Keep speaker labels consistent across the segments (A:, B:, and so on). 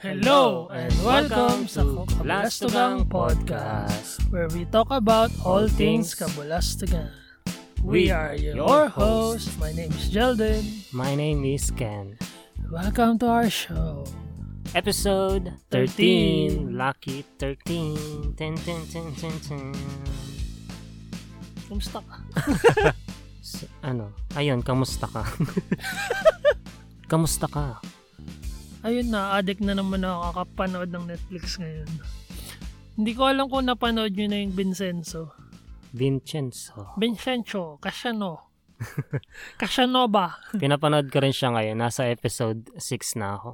A: Hello and welcome sa Kabulastugang Podcast where we talk about all things Kabulastugan. We are your hosts. My name is Jeldon.
B: My name is Ken.
A: Welcome to our show.
B: Episode 13. Lucky 13. Ten, ten, ten, ten, ten.
A: Kumusta ka?
B: S- ano? Ayun, kamusta ka? kamusta ka?
A: Ayun na, addict na naman ako kakapanood ng Netflix ngayon. Hindi ko alam kung napanood nyo na yung Vincenzo.
B: Vincenzo.
A: Vincenzo, Casiano. Casanova.
B: Pinapanood ko rin siya ngayon. Nasa episode 6 na ako.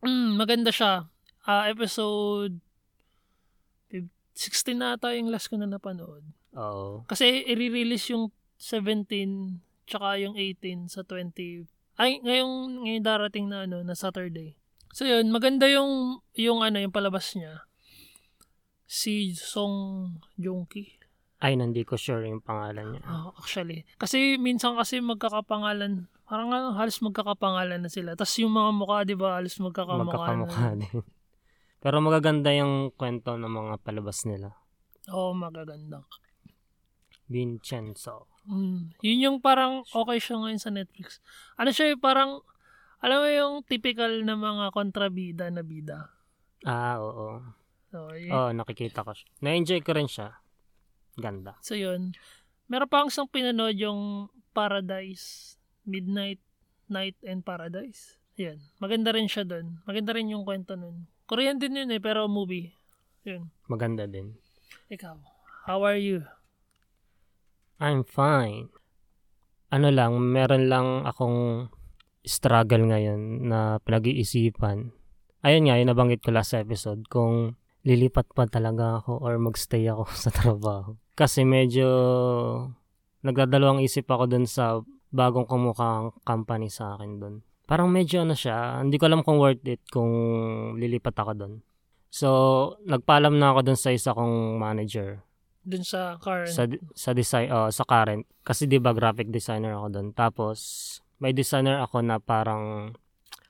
A: Mm, maganda siya. Ah, episode fif- 16 na ata yung last ko na napanood.
B: Oo.
A: Kasi i-release yung 17 tsaka yung 18 sa 20. Ay, ngayong, ngayong darating na ano, na Saturday. So yun, maganda yung, yung ano, yung palabas niya. Si Song Joong-ki.
B: Ay, hindi ko sure yung pangalan niya.
A: Oh, actually. Kasi minsan kasi magkakapangalan. Parang ano, halos magkakapangalan na sila. Tapos yung mga mukha, di ba, halos magkakamukha.
B: Magkakamukha din. Pero magaganda yung kwento ng mga palabas nila.
A: Oo, oh, magaganda.
B: Vincenzo.
A: Mm. Yun yung parang okay siya ngayon sa Netflix. Ano siya eh, parang, alam mo yung typical na mga kontrabida na bida.
B: Ah, oo.
A: So,
B: Oo,
A: y-
B: oh, nakikita ko siya. Na-enjoy ko rin siya. Ganda.
A: so yun. Meron pa akong isang pinanood yung Paradise, Midnight, Night and Paradise. Yan. Maganda rin siya doon. Maganda rin yung kwento nun. Korean din yun eh, pero movie. Yun.
B: Maganda din.
A: Ikaw, how are you?
B: I'm fine. Ano lang, meron lang akong struggle ngayon na pinag-iisipan. Ayun nga, yung nabanggit ko last episode, kung lilipat pa talaga ako or magstay ako sa trabaho. Kasi medyo nagdadalawang isip ako dun sa bagong kumukhang company sa akin dun. Parang medyo ano siya, hindi ko alam kung worth it kung lilipat ako dun. So, nagpaalam na ako dun sa isa kong manager
A: Dun sa ano? current.
B: sa sa design oh, sa current kasi 'di ba graphic designer ako doon tapos may designer ako na parang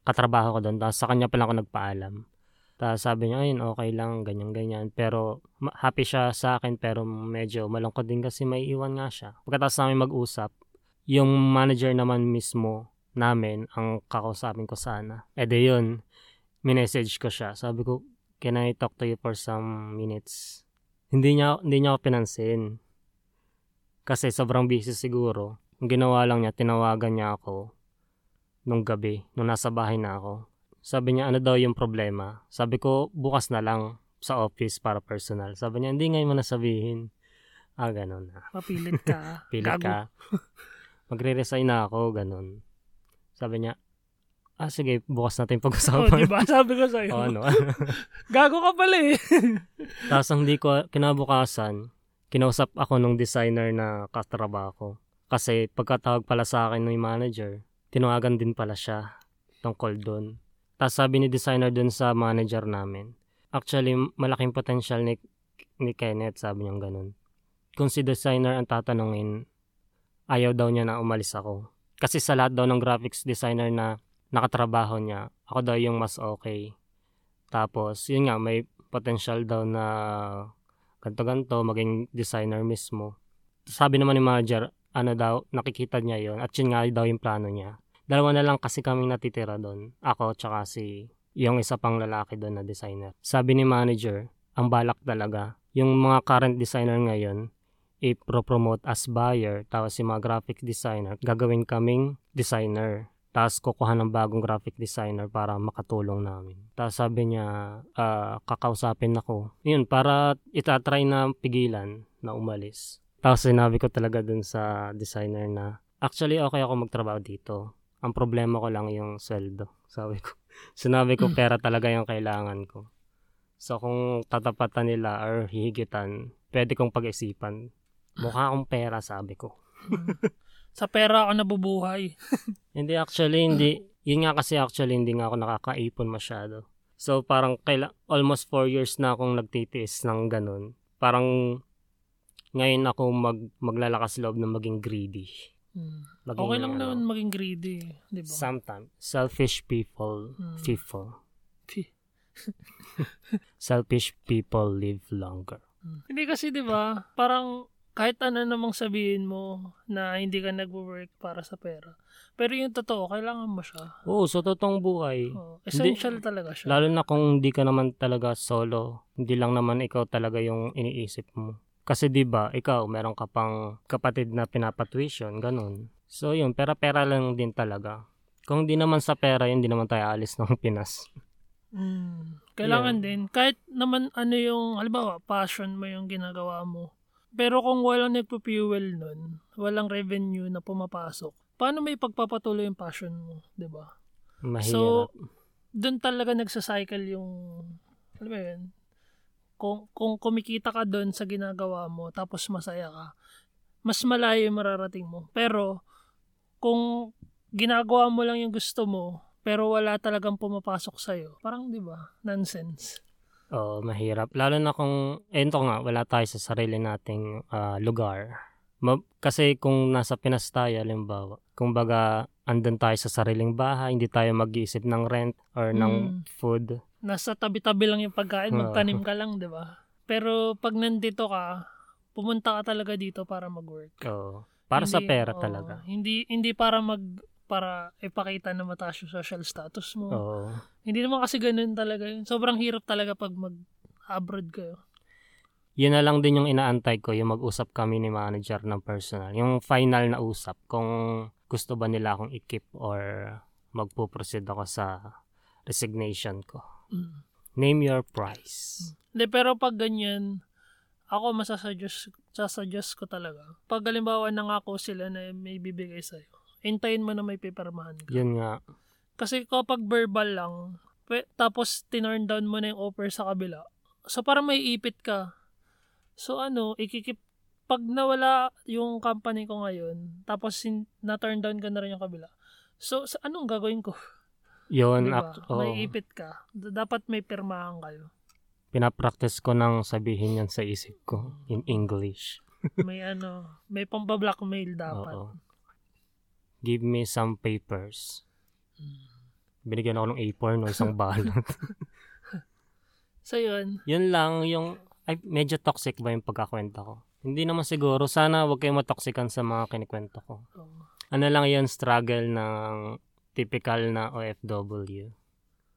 B: katrabaho ko doon tapos sa kanya pa lang ako nagpaalam tapos sabi niya ayun okay lang ganyan ganyan pero ma- happy siya sa akin pero medyo malungkot din kasi may iwan nga siya pagkatapos namin mag-usap yung manager naman mismo namin ang kakausapin ko sana eh de yun minessage ko siya sabi ko can I talk to you for some minutes hindi niya hindi niya ako pinansin kasi sobrang busy siguro. Ang ginawa lang niya, tinawagan niya ako nung gabi, nung nasa bahay na ako. Sabi niya, ano daw yung problema? Sabi ko, bukas na lang sa office para personal. Sabi niya, hindi ngayon mo nasabihin. Ah, ganun na.
A: Mapilit ka.
B: Pili
A: Gago.
B: ka. Magre-resign na ako, ganun. Sabi niya, ah, sige, bukas natin
A: Oh,
B: pag-usapan.
A: diba? Sabi ko sa'yo.
B: O, ano?
A: Gago ka pala eh.
B: Tapos ang di ko, kinabukasan, kinausap ako nung designer na katrabaho ko. Kasi pagkatawag pala sa akin ng manager, tinawagan din pala siya tungkol doon. Tapos sabi ni designer doon sa manager namin, actually malaking potential ni, ni Kenneth, sabi niyang ganun. Kung si designer ang tatanungin, ayaw daw niya na umalis ako. Kasi sa lahat daw ng graphics designer na nakatrabaho niya, ako daw yung mas okay. Tapos, yun nga, may potential daw na ganto-ganto, maging designer mismo. Sabi naman ni manager, ano daw, nakikita niya yon at yun nga daw yung plano niya. Dalawa na lang kasi kaming natitira doon. Ako, tsaka si yung isa pang lalaki doon na designer. Sabi ni manager, ang balak talaga, yung mga current designer ngayon, i-promote as buyer, tapos si mga graphic designer, gagawin kaming designer. Tapos kukuha ng bagong graphic designer para makatulong namin. Tapos sabi niya, ah, kakausapin ako. Yun, para itatry na pigilan na umalis. Tapos sinabi ko talaga dun sa designer na, actually okay ako magtrabaho dito. Ang problema ko lang yung sweldo. Sabi ko. Sinabi ko,
A: Mm.
B: pera talaga yung kailangan ko. So kung tatapatan nila or hihigitan, pwede kong pag-isipan. Mukha akong pera, sabi ko.
A: Sa pera ako nabubuhay.
B: Hindi actually, hindi. Yun nga kasi actually, hindi nga ako nakakaipon masyado. So parang kaila, almost 4 years na akong nagtitiis ng ganun. Parang ngayon ako mag, maglalakas loob na maging greedy.
A: Mm.
B: Maging,
A: Okay lang
B: ano,
A: naman maging greedy, di ba?
B: Sometimes, selfish people,
A: Mm.
B: people.
A: Pi-
B: Selfish people live longer.
A: Hindi kasi 'di ba? Parang kahit ano namang sabihin mo na hindi ka nagwo-work para sa pera. Pero yung totoo, kailangan mo siya.
B: Oo, sa totoong buhay,
A: Oo, essential talaga siya.
B: lalo na kung hindi ka naman talaga solo, hindi lang naman ikaw talaga yung iniisip mo. Kasi 'di ba, ikaw meron ka pang kapatid na pinapatuition, ganun. So 'yun, pera-pera lang din talaga. Kung di naman sa pera, yun di naman tayo alis ng Pinas.
A: Mm, kailangan
B: Yeah.
A: din. Kahit naman ano yung, halimbawa, passion mo yung ginagawa mo. Pero kung walang nagpo-fuel nun, walang revenue na pumapasok, paano may pagpapatuloy yung passion mo, 'di ba? So,
B: Mahirap.
A: doon talaga nagsa-cycle yung, alam mo yun, kung, kung kumikita ka doon sa ginagawa mo, tapos masaya ka, mas malayo yung mararating mo. Pero, kung ginagawa mo lang yung gusto mo, pero wala talagang pumapasok sa'yo, parang, di ba, nonsense.
B: Oo, mahirap. Lalo na kung, eh, ito nga, wala tayo sa sarili nating ah, lugar. Ma- kasi kung nasa Pinas tayo, halimbawa, kung baga, andun tayo sa sariling bahay, hindi tayo mag-iisip ng rent or ng food.
A: Nasa tabi-tabi lang yung pagkain,
B: Oo.
A: magtanim ka lang, di ba? Pero, pag nandito ka, pumunta ka talaga dito para mag-work.
B: Oo. para sa
A: Hindi-
B: pera
A: oo.
B: talaga.
A: Hindi hindi para mag para ipakita na mataas yung social status mo.
B: Oo.
A: Hindi naman kasi ganun talaga yun. Sobrang hirap talaga pag mag-abroad kayo.
B: Yun na lang din yung inaantay ko, yung mag-usap kami ni manager ng personal. Yung final na usap, kung gusto ba nila akong i-keep or magpo-proceed ako sa resignation ko.
A: Mm.
B: Name your price.
A: Hindi, pero pag ganyan, ako masasuggest, sasuggest ko talaga. Pag halimbawa nangako sila na may bibigay sa'yo, hintayin mo na may pipirmahan ka.
B: Yun nga.
A: Kasi kapag verbal lang, pe- tapos tinurn down mo na yung offer sa kabila. So parang may ipit ka. So ano, ikikip pag nawala yung company ko ngayon, tapos sin- na-turn down ka na rin yung kabila. So, sa anong gagawin ko?
B: Yun,
A: Diba?
B: act- oo.
A: May ipit ka. D- dapat may pirmahan kayo.
B: Pinapractice ko nang sabihin yan sa isip ko in English.
A: May ano, may pambablockmail dapat.
B: Oo. Give me some papers. Binigyan ako ng A4 no, isang balot.
A: So, yun.
B: yun lang yung, ay, medyo toxic ba yung pagkakwenta ko? Hindi naman siguro. Sana wag kayong matoxican sa mga kinikwento ko.
A: Oo.
B: Ano lang yun, struggle ng typical na OFW.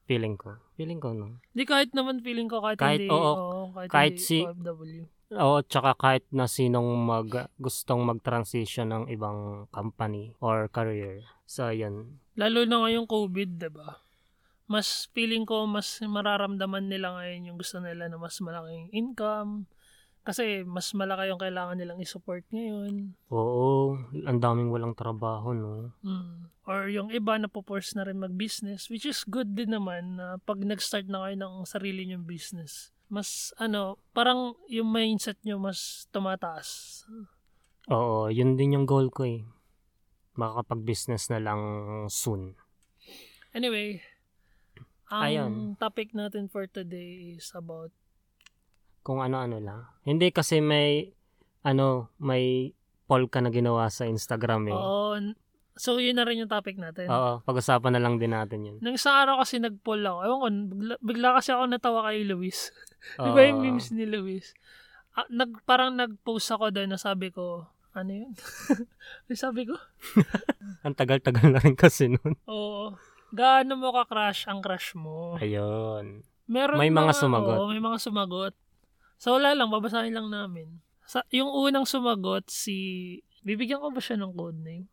B: Feeling ko. Feeling ko, no?
A: Di kahit naman feeling ko, kahit,
B: Kahit-
A: hindi,
B: oo.
A: oo, kahit,
B: Kahit
A: hindi
B: si-
A: OFW.
B: Oo, tsaka kahit na sinong mag, gustong mag-transition ng ibang company or career. So, yun.
A: Lalo na ngayong COVID, 'di ba? Mas feeling ko mas mararamdaman nila ngayon yung gusto nila na mas malaking income kasi mas malaki yung kailangan nilang i-support ngayon.
B: Oo, ang daming walang trabaho, no?
A: Mm. Or yung iba na po-force na rin mag-business which is good din naman na pag nag-start na kayo ng sarili niyong business. Mas ano, parang yung mindset niyo mas tumataas.
B: Oo, yun din yung goal ko, eh. Makakapag-business na lang soon.
A: Anyway, ang
B: Ayun.
A: topic natin for today is about
B: Kung ano-ano lang. Hindi kasi may, ano, may poll ka na ginawa sa Instagram, eh.
A: Oo, n- so yun na rin yung topic natin.
B: Oo, pag-usapan na lang din natin yun.
A: Nang isang araw kasi nag-poll ako. Ewan ko, bigla, bigla kasi ako natawa kay Luis. Di
B: Oo.
A: ba yung memes ni Luis? Ah, nag, parang nag-post ako doon na sabi ko, ano yun? Ay, sabi ko,
B: Ang tagal-tagal na rin kasi nun.
A: oo. Gaano mo ka-crush ang crush mo?
B: Ayun.
A: Meron
B: May mga sumagot.
A: oo, may mga sumagot. So wala lang, babasahin lang namin. Sa, yung unang sumagot, si... Bibigyan ko ba siya ng code name?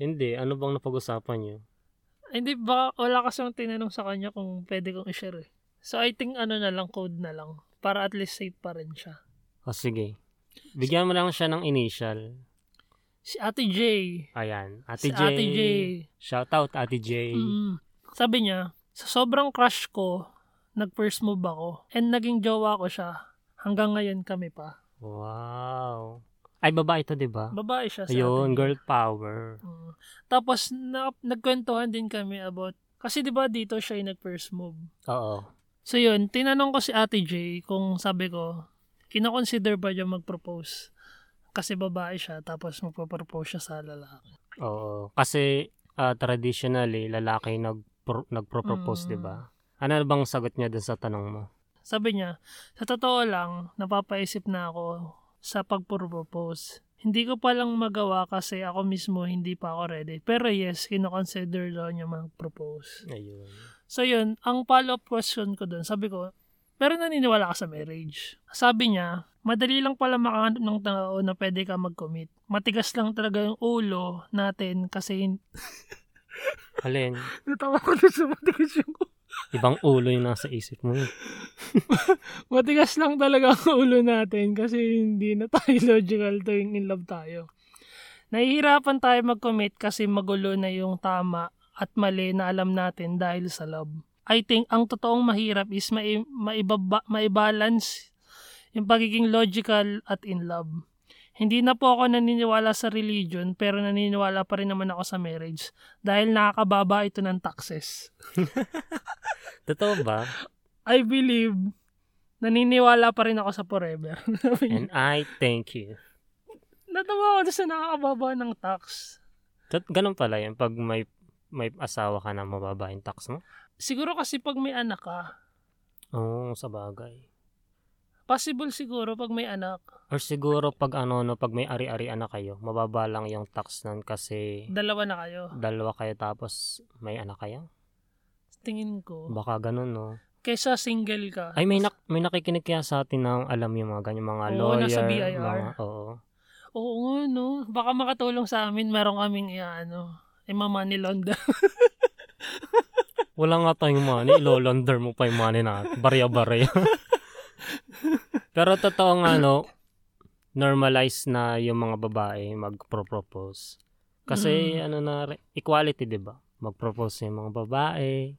B: Hindi, ano bang napag-usapan nyo?
A: Ay, Hindi ba, wala kasi yung tinanong sa kanya kung pwede kong i-share eh. So I think ano na lang, code na lang. Para at least safe pa rin siya.
B: O sige. Bigyan mo lang siya ng initial.
A: Si Ate J.
B: Ayan.
A: si
B: Ate J.
A: Ate J.
B: Shout out Ate J.
A: Mm. Sabi niya, sa sobrang crush ko, nag-first move ako. And naging jowa ko siya. Hanggang ngayon kami pa.
B: Wow. Ay, babae ito, di ba?
A: Babae siya si Ate
B: Ayun,
A: J.
B: girl power.
A: Mm. Tapos, na, nagkwentuhan din kami about, kasi di ba dito siya yung nag-first move.
B: Oo.
A: So yun, tinanong ko si Ate J kung sabi ko, kinoconsider ba niya mag-propose? Kasi babae siya, tapos magpo-propose siya sa lalaki.
B: eh, Oo. Kasi, ah, traditionally, lalaki nag nagpro-propose,
A: Mm.
B: di ba? Ano bang sagot niya dun sa tanong mo?
A: Sabi niya, sa totoo lang, napapaisip na ako sa pagpropose. Hindi ko palang magawa kasi ako mismo hindi pa ako ready. Pero yes, kinoconsider daw niya mag-propose.
B: Ayun.
A: So yun, ang follow-up question ko dun, sabi ko, pero naniniwala ka sa marriage. Sabi niya, madali lang pala makahanap ng tao na pwede ka mag-commit. Matigas lang talaga yung ulo natin kasi
B: Alin,
A: natawa ko na sa matigas yung
B: ibang ulo yung nasa isip mo. eh.
A: Matigas lang talaga ang ulo natin kasi hindi na tayo logical tuwing in love tayo. Nahihirapan tayo mag-commit kasi magulo na yung tama at mali na alam natin dahil sa love. I think ang totoong mahirap is mai- maibaba- maibalance yung pagiging logical at in love. Hindi na po ako naniniwala sa religion pero naniniwala pa rin naman ako sa marriage dahil nakakababa ito ng taxes.
B: Totoo ba?
A: I believe, naniniwala pa rin ako sa forever. Sabi niya.
B: And I thank you.
A: Natawa ako doon sa nakakababa ng tax.
B: Tot- Ganun pala yun pag may may asawa ka na mababa yung tax mo.
A: Siguro kasi pag may anak ka,
B: Oo, sa bagay.
A: possible siguro pag may anak,
B: Or siguro pag ano, no, pag may ari-arian na kayo, mababa lang yung tax nun kasi
A: dalawa na kayo.
B: dalawa kayo tapos may anak kayo.
A: Tingin ko.
B: Baka ganun, no?
A: Kaysa single ka.
B: Ay, may, nak- may nakikinig kaya sa atin na alam yung mga ganyan, mga
A: Oo,
B: lawyer.
A: nasa BIR.
B: Mga, oo.
A: Oo nga, no? Baka makatulong sa amin, meron kaming ano, eh, money launder.
B: Wala nga tayong money, ilolonder mo pa yung money natin. Barya-barya. Pero totoo nga, no, normalize na yung mga babae mag-propose. Kasi, ano na, rin, equality, di ba? Mag-propose yung mga babae.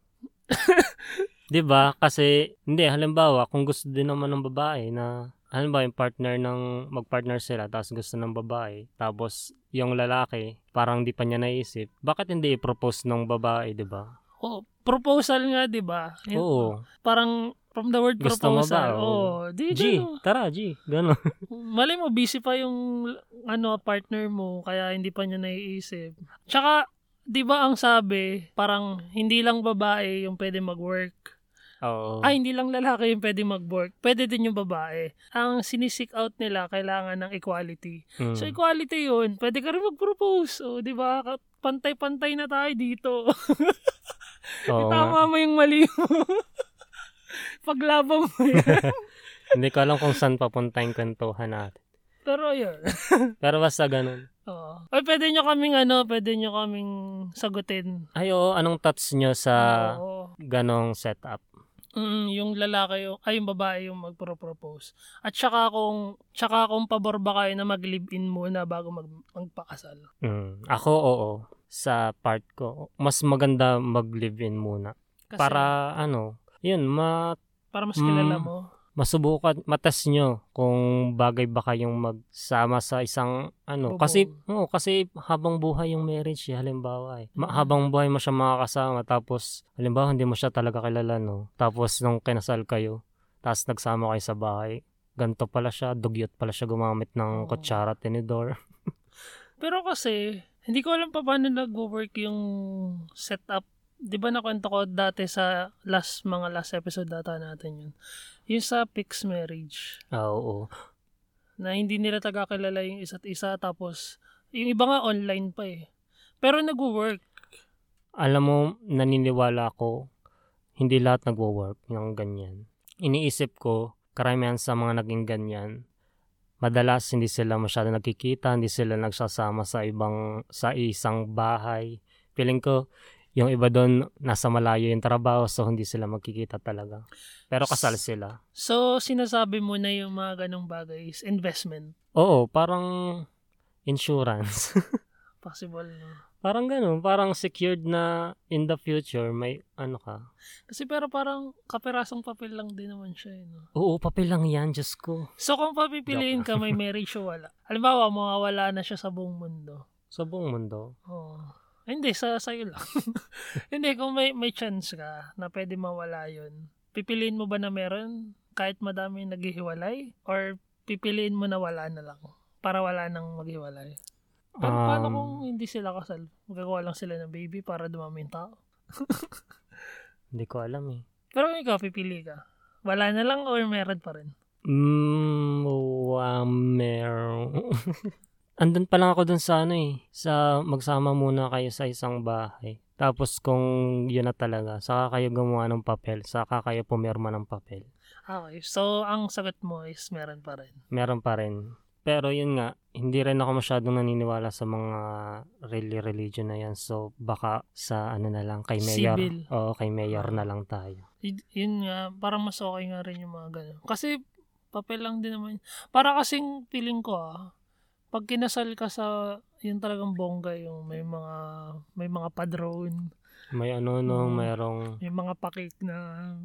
B: di ba? Kasi, hindi, halimbawa, kung gusto din naman ng babae na, halimbawa, yung partner ng, mag-partner sila, tapos gusto ng babae, tapos yung lalaki, parang di pa niya naisip, bakit hindi i-propose ng babae, di ba?
A: Oo, proposal nga, di ba? Yun,
B: Oo.
A: Parang from the word
B: Gusto mo ba?
A: proposal.
B: Oo.
A: Oo. Di,
B: G,
A: ganun.
B: tara G. Gano'n.
A: Malay mo, busy pa yung ano partner mo, kaya hindi pa niya naiisip. Tsaka, di ba ang sabi, parang hindi lang babae yung pwede mag-work.
B: Oo.
A: Ay, hindi lang lalaki yung pwede mag-work. Pwede din yung babae. Ang sinisik out nila, kailangan ng equality.
B: Mm.
A: So, equality yun. Pwede ka rin mag-propose. O, di ba? Ka- Pantay-pantay na tayo dito.
B: Oo nga.
A: Itama mo yung mali mo. Paglaban mo yan.
B: Hindi ko alam kung saan papunta yung kwentuhan natin.
A: Pero yun.
B: Pero basta ganun.
A: Oo. Ay, pwede nyo kaming ano, pwede nyo kaming sagutin.
B: Ay, oo. Anong thoughts nyo sa
A: Ah, Oo.
B: ganong setup?
A: Mm, yung lalaki yung, ay yung babae yung magpropose. At saka kung, saka kung pabor ba kayo na mag-live-in muna bago mag, magpakasal.
B: Mm. Ako, oo. Sa part ko, mas maganda mag-live-in muna.
A: Kasi,
B: Para, ano, yun, ma
A: para mas kilala
B: Mm.
A: mo.
B: masubukan, matas nyo kung bagay ba kayong magsama sa isang, ano,
A: Bubong.
B: kasi, oo, kasi habang buhay yung marriage, eh, halimbawa eh. Ma-
A: Mm.
B: habang buhay mo siya makakasama, tapos, halimbawa, hindi mo siya talaga kilala, no? Tapos, nung kinasal kayo, tapos nagsama kayo sa bahay, ganto pala siya, dugyot pala siya gumamit ng
A: Oo.
B: kutsara, tinidor.
A: Pero kasi, hindi ko alam pa paano nag-work yung setup. Di ba nakwento ko dati sa last mga last episode data natin yun. Yung sa fixed marriage.
B: Ah, oo.
A: na hindi nila tagakilala yung isa't isa tapos yung iba nga online pa eh. Pero nag-work.
B: Alam mo, naniniwala ako, hindi lahat nagwo-work yung ganyan. Iniisip ko, karamihan sa mga naging ganyan, madalas hindi sila masyado nagkikita, hindi sila nagsasama sa ibang sa isang bahay. Feeling ko, yung iba doon nasa malayo yung trabaho so hindi sila magkikita talaga. Pero kasal sila.
A: So, sinasabi mo na yung mga ganong bagay is investment.
B: Oo, parang insurance.
A: Possible, no?
B: parang ganun, parang secured na in the future may ano ka.
A: Kasi pero parang kapirasong papel lang din naman siya, eh, no?
B: Oo, papel lang yan, Diyos ko.
A: So, kung papipiliin ka, may marriage o wala. Halimbawa, mawawala na siya sa buong mundo.
B: Sa buong mundo.
A: Oo. Ay, Hindi, sa sa'yo lang. Hindi, kung may, may chance ka na pwede mawala yun, pipiliin mo ba na meron kahit madami yung naghihiwalay? Or pipiliin mo na wala na lang para wala nang maghiwalay? Pero paano
B: Um,
A: kung hindi sila kasal? Magagawa lang sila ng baby para dumami yung tao.
B: Hindi ko alam eh.
A: Pero kung ikaw, pipili ka. Wala na lang or meron pa rin.
B: Mm, wow, meron. Andun pa lang ako dun sa ano eh. Sa magsama muna kayo sa isang bahay. Tapos kung yun na talaga, saka kayo gumawa ng papel, saka kayo pumirma ng papel.
A: Okay, so ang sagot mo is meron pa rin.
B: Meron pa rin. Pero yun nga, hindi rin ako masyadong naniniwala sa mga really religion na yan. So baka sa ano na lang, kay Mayor.
A: Civil.
B: Oo, kay Mayor na lang tayo.
A: Y- yun nga, parang mas okay nga rin yung mga ganun. Kasi, papel lang din naman. Para kasing feeling ko ah, pag kinasal ka sa, yun talagang bongga yung may mga, may mga padrone,
B: May ano
A: Mm.
B: no, mayroong
A: may mga pakik na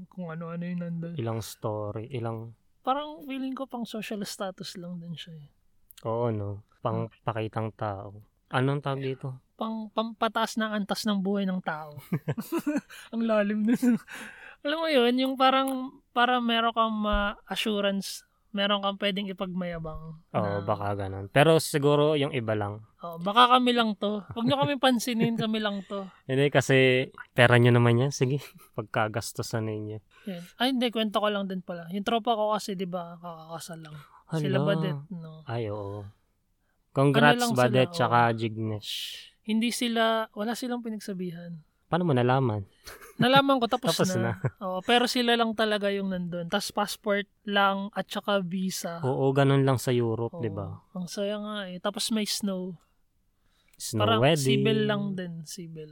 A: kung ano-ano yung nandun.
B: ilang story, ilang,
A: Parang feeling ko pang social status lang din siya eh.
B: oo no, pang
A: Hmm.
B: pakitang tao. Anong tawag dito?
A: pang pampataas ng antas ng buhay ng tao. Ang lalim nun. Alam mo yun, yung parang para meron kang ma-assurance, meron kang pwedeng ipagmayabang.
B: Oo,
A: na,
B: baka ganun. Pero siguro yung iba lang.
A: "Oh, baka kami lang to. Huwag nyo kami pansinin, kami lang to.
B: Hindi kasi pera nyo naman yan. Sige, pagkagastosan ninyo.
A: Yun. Ay hindi, kwento ko lang din pala. Yung tropa ko kasi, di ba, kakakasal lang. Sila
B: Hala.
A: badet, no?
B: Ay, oo. Congrats,
A: Ano lang
B: Badet,
A: sila,
B: tsaka Jignesh.
A: Hindi sila, wala silang pinagsabihan.
B: Paano mo nalaman?
A: Nalaman ko, tapos,
B: Tapos
A: na.
B: na.
A: Oo, pero sila lang talaga yung nandun. Tapos passport lang at saka visa.
B: Oo, ganun lang sa Europe,
A: Ah. Oo.
B: Oh, 'di ba?
A: Ang saya nga eh. Tapos may snow.
B: Snow
A: parang
B: wedding.
A: civil lang din, civil.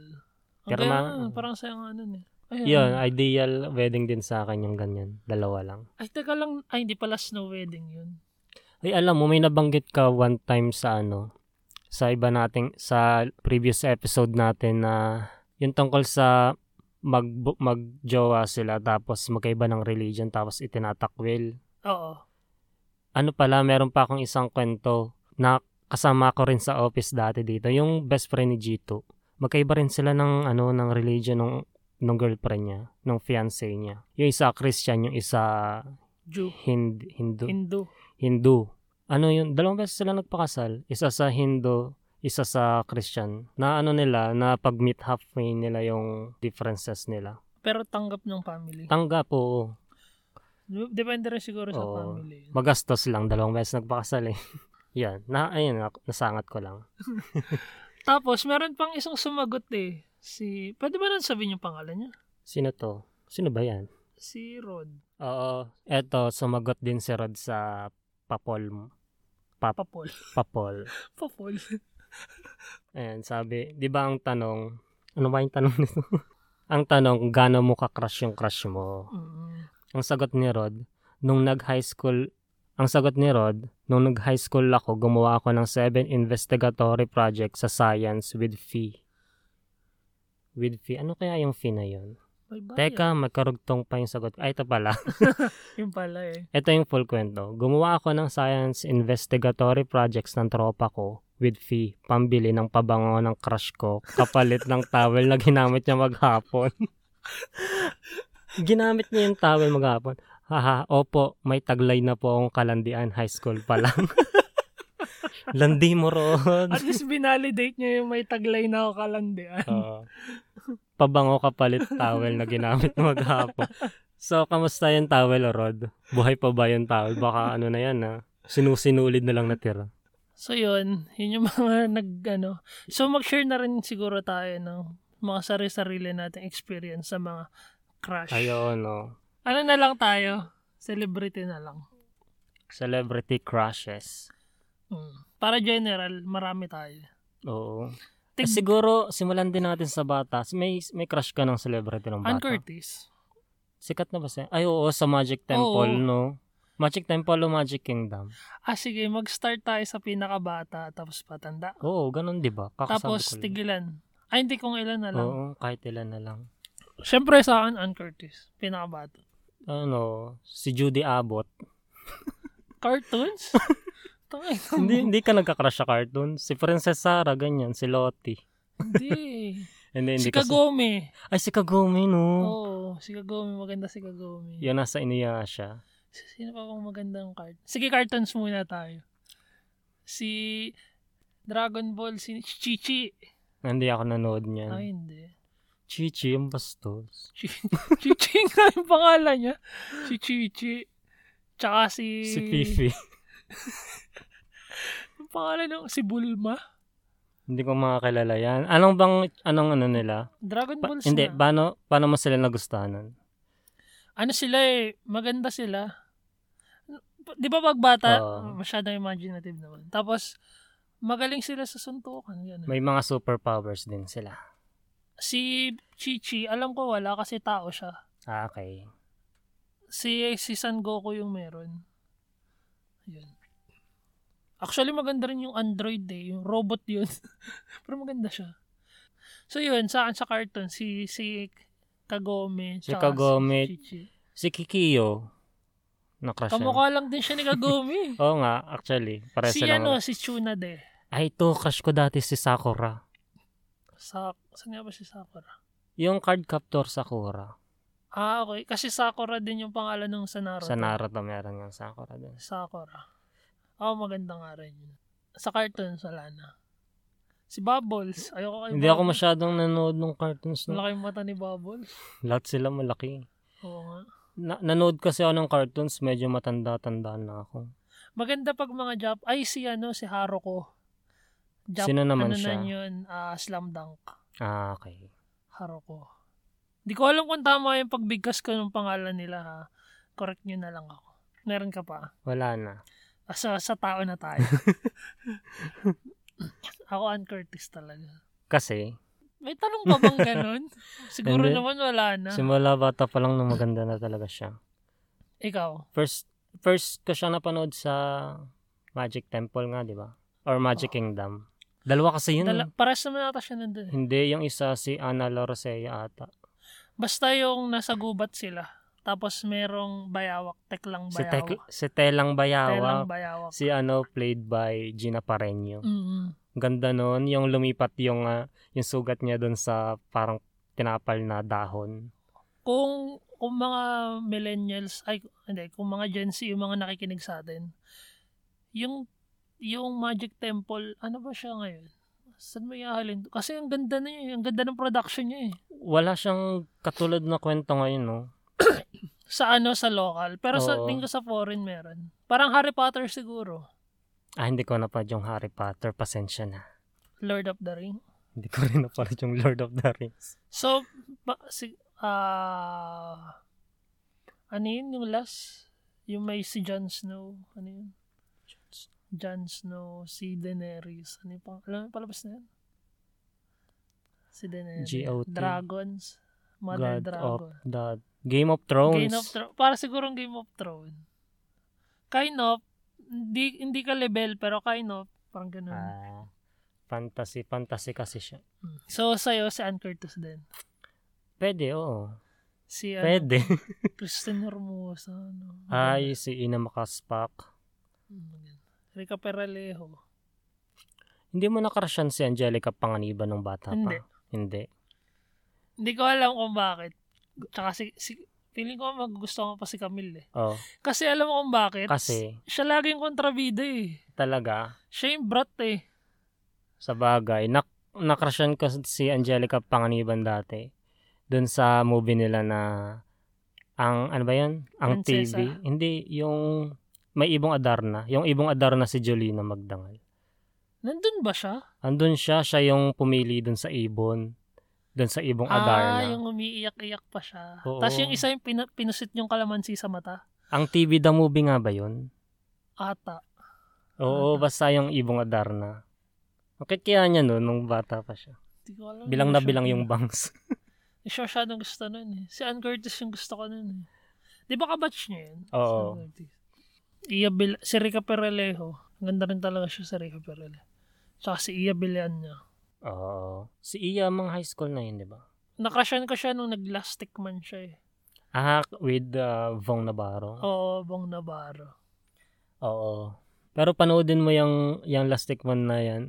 A: Ang
B: Pero
A: gaya
B: ma-
A: nga, parang saya nga nun eh. Ayun.
B: Yun, ideal wedding din sa akin yung ganyan. Dalawa lang.
A: Ay, teka lang. Ay, hindi pala snow wedding yun.
B: Ay, alam mo, may nabanggit ka one time sa ano, sa iba nating, sa previous episode natin na yung tungkol sa mag magjowa sila tapos magkaiba ng religion tapos itinatakwil.
A: Oo.
B: Ano pala, meron pa akong isang kwento na kasama ko rin sa office dati dito. Yung best friend ni Jito. Magkaiba rin sila ng ano ng religion ng ng girlfriend niya, ng fiancé niya. Yung isa Christian, yung isa
A: Jew.
B: Hind, Hindu.
A: Hindu.
B: Hindu. Ano yun? Dalawang beses sila nagpakasal. Isa sa Hindu, isa sa Christian. Na ano nila, na pag-meet halfway nila yung differences nila.
A: Pero tanggap ng family.
B: Tanggap po,
A: Dep- Depende rin siguro sa
B: Oo.
A: family. yun.
B: magastos lang. Dalawang beses nagpakasal eh. yan. Na, ayun, nak- nasangat ko lang.
A: Tapos, meron pang isang sumagot eh. Si, pwede ba nang sabihin yung pangalan niya?
B: Sino to? Sino ba yan?
A: Si Rod.
B: Oo. Eto, sumagot din si Rod sa papol.
A: Papol.
B: Papol.
A: Papol.
B: Ayan, sabi, di ba ang tanong, ano ba yung tanong nito? ang tanong, gaano mo ka-crush yung crush mo?
A: Mm.
B: Ang sagot ni Rod, nung nag-high school, ang sagot ni Rod, nung nag-high school ako, gumawa ako ng seven investigatory project sa science with fee. With fee. Ano kaya yung fee na yun?
A: May bayad.
B: Teka, magkarugtong pa yung sagot. Ay, ito pala.
A: Yun pala eh.
B: ito yung full kwento. Gumawa ako ng science investigatory projects ng tropa ko with fee, pambili ng pabango ng crush ko, kapalit ng towel na ginamit niya maghapon. ginamit niya yung towel maghapon. Haha, opo, may taglay na po akong kalandian high school pa lang. Landi mo, Rod.
A: At least binalidate niya yung may taglay na ako kalandian.
B: Oo. pabango kapalit towel na ginamit maghapon. So, kamusta yung towel, Rod? Buhay pa ba yung towel? Baka ano na yan, ha? Sinusinulid na lang natira.
A: So yun, yun yung mga nag ano. So mag-share na rin siguro tayo ng mga sarili-sarili nating experience sa mga crush.
B: Ayun, oh. no?
A: Ano na lang tayo? Celebrity na lang.
B: Celebrity crushes.
A: Mm. Para general, marami tayo.
B: Oo.
A: Tig-
B: Eh, siguro, simulan din natin sa bata. May, may crush ka ng celebrity ng bata.
A: Ann Curtis.
B: Sikat na ba siya? Ay, oo, sa Magic
A: Oo.
B: Temple, no? Magic Temple o Magic Kingdom?
A: Ah, sige, mag-start tayo sa pinakabata, tapos patanda.
B: Oo, ganun, di ba? Kakasabi
A: tapos
B: ko lang.
A: tigilan. Ay, hindi kung ilan na lang.
B: Oo, kahit ilan na lang.
A: Siyempre sa akin, Ann Curtis. Pinakabata.
B: Ano, si Judy Abbott.
A: Cartoons? Tangay na mo.
B: hindi, hindi ka nagka-crush sa cartoon. Si Princess Sarah, ganyan. Si Lottie.
A: Hindi.
B: Hindi,
A: Si Oh.
B: hindi ka sa-
A: Kagome.
B: Ay, si Kagome, no.
A: Oo, si Kagome. Maganda si Kagome.
B: Yun, nasa Inuyasha.
A: Sino pa bang magandang card? Sige, cartons muna tayo. Si Dragon Ball, si Chichi.
B: Hindi ako nanood niyan.
A: Ay, hindi.
B: Chichi, ang bastos.
A: Chi- Chichi nga yung pangalan niya. Si Chichi. Tsaka si...
B: Si Fifi.
A: Ang pangalan nung si Bulma.
B: hindi ko makakilala yan. Anong bang, anong ano nila?
A: Dragon
B: Pa-
A: Balls
B: hindi,
A: na.
B: paano, paano mo sila nagustuhan nun?
A: ano sila eh, maganda sila. Di ba pag bata,
B: Oo.
A: masyadong imaginative naman. Tapos, magaling sila sa suntukan. Yan.
B: May mga superpowers din sila.
A: Si Chichi, alam ko wala kasi tao siya.
B: Ah, okay.
A: Si, si San Goku yung meron. Yun. Actually, maganda rin yung Android eh. Yung robot yun. Pero maganda siya. So yun, sa akin sa cartoon, si, si Kagome.
B: Si
A: tsaka
B: Kagome.
A: Si Chichi.
B: Si Kikiyo, na-crush yan.
A: Kamukha lang din siya ni Kagome.
B: Oo nga, actually. Pare
A: si
B: silang-
A: ano, si Tsunade.
B: Ay, to, crush ko dati si Sakura.
A: Sa, saan nga ba si Sakura?
B: Yung card captor Sakura.
A: Ah, okay. Kasi Sakura din yung pangalan ng sa Naruto.
B: Sa Naruto meron yung Sakura dun.
A: Sakura. Oo, maganda nga rin yun. Sa cartoons, wala na. Si Bubbles. Ayoko kay
B: Hindi ako
A: Bubbles.
B: masyadong nanood ng cartoons. No?
A: Malaki yung mata ni Bubbles.
B: Lahat sila malaki.
A: Oo nga.
B: Na- nanood kasi ako ng cartoons, medyo matanda-tanda na ako.
A: Maganda pag mga Jap. Ay, si ano, si Haruko.
B: Sino naman
A: ano
B: siya?
A: na yun? Ah, slam dunk.
B: Ah, okay.
A: Haruko. Hindi ko alam kung tama yung pagbigkas ko ng pangalan nila ha. Correct nyo na lang ako. Meron ka pa.
B: Wala na.
A: Ah, sa, sa tao na tayo. ako Ann Curtis talaga.
B: Kasi,
A: May tanong ba bang ganun? Siguro
B: Hindi.
A: naman wala na.
B: simula bata pa lang na maganda na talaga siya.
A: Ikaw.
B: First, first ko siya napanood sa Magic Temple nga, di ba? Or Magic
A: Oh.
B: Kingdom. Dalawa kasi yun.
A: Dala,
B: eh.
A: pares naman ata siya nandun. eh.
B: Hindi, yung isa si Ana Larosea ata.
A: Basta yung nasa gubat sila. Tapos merong bayawak. Teklang
B: Si,
A: bayawak.
B: Tek- si Telang
A: Telang
B: Bayawak.
A: bayawak.
B: Si ano, played by Gina Pareño.
A: Mm-mm.
B: Ganda nun, yung lumipat yung, ah, yung sugat niya doon sa parang tinapal na dahon.
A: Kung, kung mga millennials, ay hindi, kung mga Gen Z, yung mga nakikinig sa atin, yung yung Magic Temple, ano ba siya ngayon? Saan mo iahalin? Kasi ang ganda na yun. Ang ganda ng production niya eh.
B: Wala siyang katulad na kwento ngayon, no?
A: Sa ano, sa local. Pero sa
B: Oo.
A: tingin ko sa foreign meron. Parang Harry Potter siguro.
B: Ah, hindi ko napad yung Harry Potter. Pasensya na.
A: Lord of the Ring.
B: Hindi ko rin napad yung Lord of the Rings.
A: So, ba, si, ah ano yun yung last? Yung may si Jon Snow. Ano yun? Jon Snow, si Daenerys. Ano yung pang, alam mo yung palabas na yun? Si Daenerys.
B: GOT.
A: Dragons. Mother
B: God
A: Dragon.
B: of the... Game of Thrones.
A: Game of Thrones. Para sigurong Game of Thrones. Kind of, hindi, hindi ka level, pero kind of, parang ganun.
B: Ah, fantasy. Fantasy kasi siya.
A: Mm. So, sa'yo, si Ann Curtis din.
B: Pwede, oo.
A: Si, ano,
B: Pwede.
A: Kristen Hermosa. Ano,
B: Ay, si Ina Makaspak.
A: Mm, yan. Rica Peralejo.
B: Hindi mo nakarasyan si Angelica Panganiban nung bata
A: Hindi.
B: pa. Hindi.
A: Hindi ko alam kung bakit. Tsaka si, si feeling ko magugustuhan ko pa si Camille eh.
B: Oh,
A: Kasi alam mo kung bakit.
B: kasi
A: Siya laging kontrabida eh.
B: talaga,
A: Siya yung brat eh.
B: sa bagay, nak nakrasyan ko si Angelica Panganiban dati. Doon sa movie nila na ang ano ba 'yan? Ang
A: Prinsesa.
B: TV. Hindi yung may ibong Adarna, yung ibong Adarna si Jolina Magdangal.
A: Nandun ba siya?
B: Andun siya, siya yung pumili doon sa ibon. Doon sa ibong
A: Ah,
B: Adarna.
A: yung umiiyak-iyak pa siya.
B: Oo.
A: Tapos yung isa yung pina- pinusit yung kalamansi sa mata.
B: Ang TV the movie nga ba 'yun?
A: Ata. Ah.
B: Oo, basta yung ibong Adarna. Bakit kaya niya no, nung bata pa siya?
A: Hindi ko alam.
B: Bilang na
A: Hindi ko
B: bilang
A: sure.
B: yung bangs.
A: Hindi siya masyadong gusto nun eh. Si Ann Curtis yung gusto ko nun eh. Di ba kabatch niya yun?
B: Oo.
A: Si Ann Curtis. Iya Bil- si Rica Perelejo. Ang ganda rin talaga siya si Rica Perelejo. Tsaka si Iya Villan niya.
B: Oo. Si Iya, mga high school na yun, di ba?
A: Nakrasyan ko siya nung nag-Lastic Man siya eh.
B: Ah, with uh, Vong Navarro.
A: Oo, Bong Navarro.
B: Oo. Pero panoodin mo yung, yung Lastic Man na yan.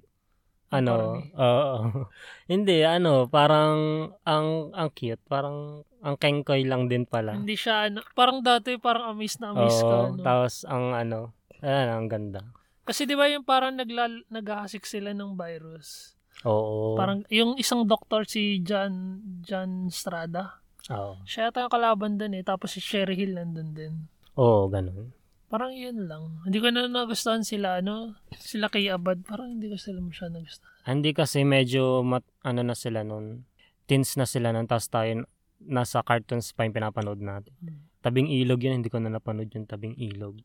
B: Ano?
A: Parang
B: Oo. Hindi, ano, parang ang ang cute. Parang ang kengkoy lang din pala.
A: Hindi siya ano, parang dati parang amis na amis ka.
B: Ah. Oo.
A: ano.
B: Tapos ang ano, ano, ang ganda.
A: Kasi di ba yung parang nagla- naghahasik sila ng virus.
B: Oo.
A: Parang yung isang doctor si John John Strada.
B: Oo.
A: Siya yata yung kalaban dun eh. Tapos si Sherry Hill nandun din.
B: Oo, ganun.
A: Parang yun lang. Hindi ko na nagustuhan sila, ano? Sila kay Abad. Parang hindi ko sila masyado nagustuhan.
B: Hindi kasi medyo mat, ano na sila nun. Teens na sila nun, tapos tayo nasa cartoons pa yung pinapanood natin.
A: Hmm.
B: Tabing ilog yun, hindi ko na napanood yung tabing ilog.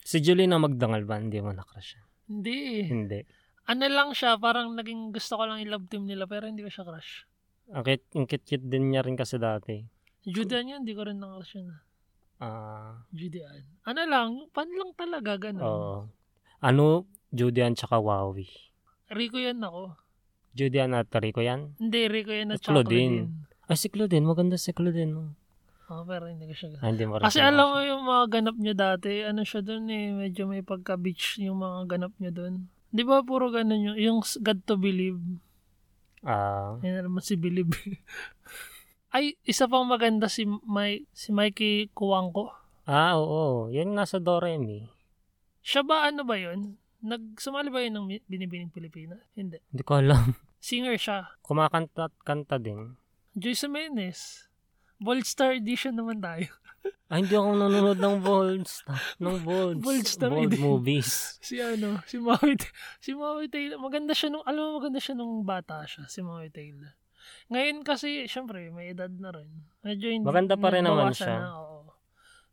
B: Si Julie na magdangal ba? Hindi mo nakrush siya.
A: Hindi eh.
B: Hindi.
A: Ano lang siya, parang naging gusto ko lang i-love team nila pero hindi ko siya crush.
B: Ang cute, ang cute din niya rin kasi dati.
A: Si Judean yun, hindi ko rin na-crush yun. ah.
B: Ah,
A: Judean. Ano lang, pan lang talaga, ganun.
B: oo. Ano, Judian tsaka Wowie.
A: Rico yan ako.
B: Judian at Rico yan?
A: Hindi, Rico yan at
B: At Claudine.
A: Chacolin.
B: Ay, si Claudine. Maganda si Claudine. Oh.
A: Oo, pero hindi ko siya gusto.
B: Ah, hindi mo rin
A: Kasi
B: siya
A: alam mo yung mga ganap niya dati, ano siya doon eh, medyo may pagka-beach yung mga ganap niya doon. Di ba puro ganun yung, yung God to Believe,
B: Ah,
A: Yan na naman si Bilib. Ay, isa pang maganda si Mike, si Mikey Kuwangko.
B: ah, oo. Yan nasa Doremi.
A: Siya ba ano ba 'yon? Nagsumali ba 'yun ng Mi- Binibining Pilipinas? Hindi.
B: Hindi ko alam.
A: Singer siya.
B: Kumakanta at kanta din.
A: Joyce Menes. Bold Star Edition naman tayo.
B: Ay, Ah, hindi ako nanonood ng Bolds. ng Bolds.
A: Bolds na
B: Bold
A: rin.
B: movies.
A: Si ano, si Maui, Ta- si Maui Taylor. Maganda siya nung, alam mo maganda siya nung bata siya, si Maui Taylor. Ngayon kasi, syempre, may edad na rin. Medyo hindi,
B: Maganda pa rin naman
A: nagbawasan
B: siya.
A: na, oo.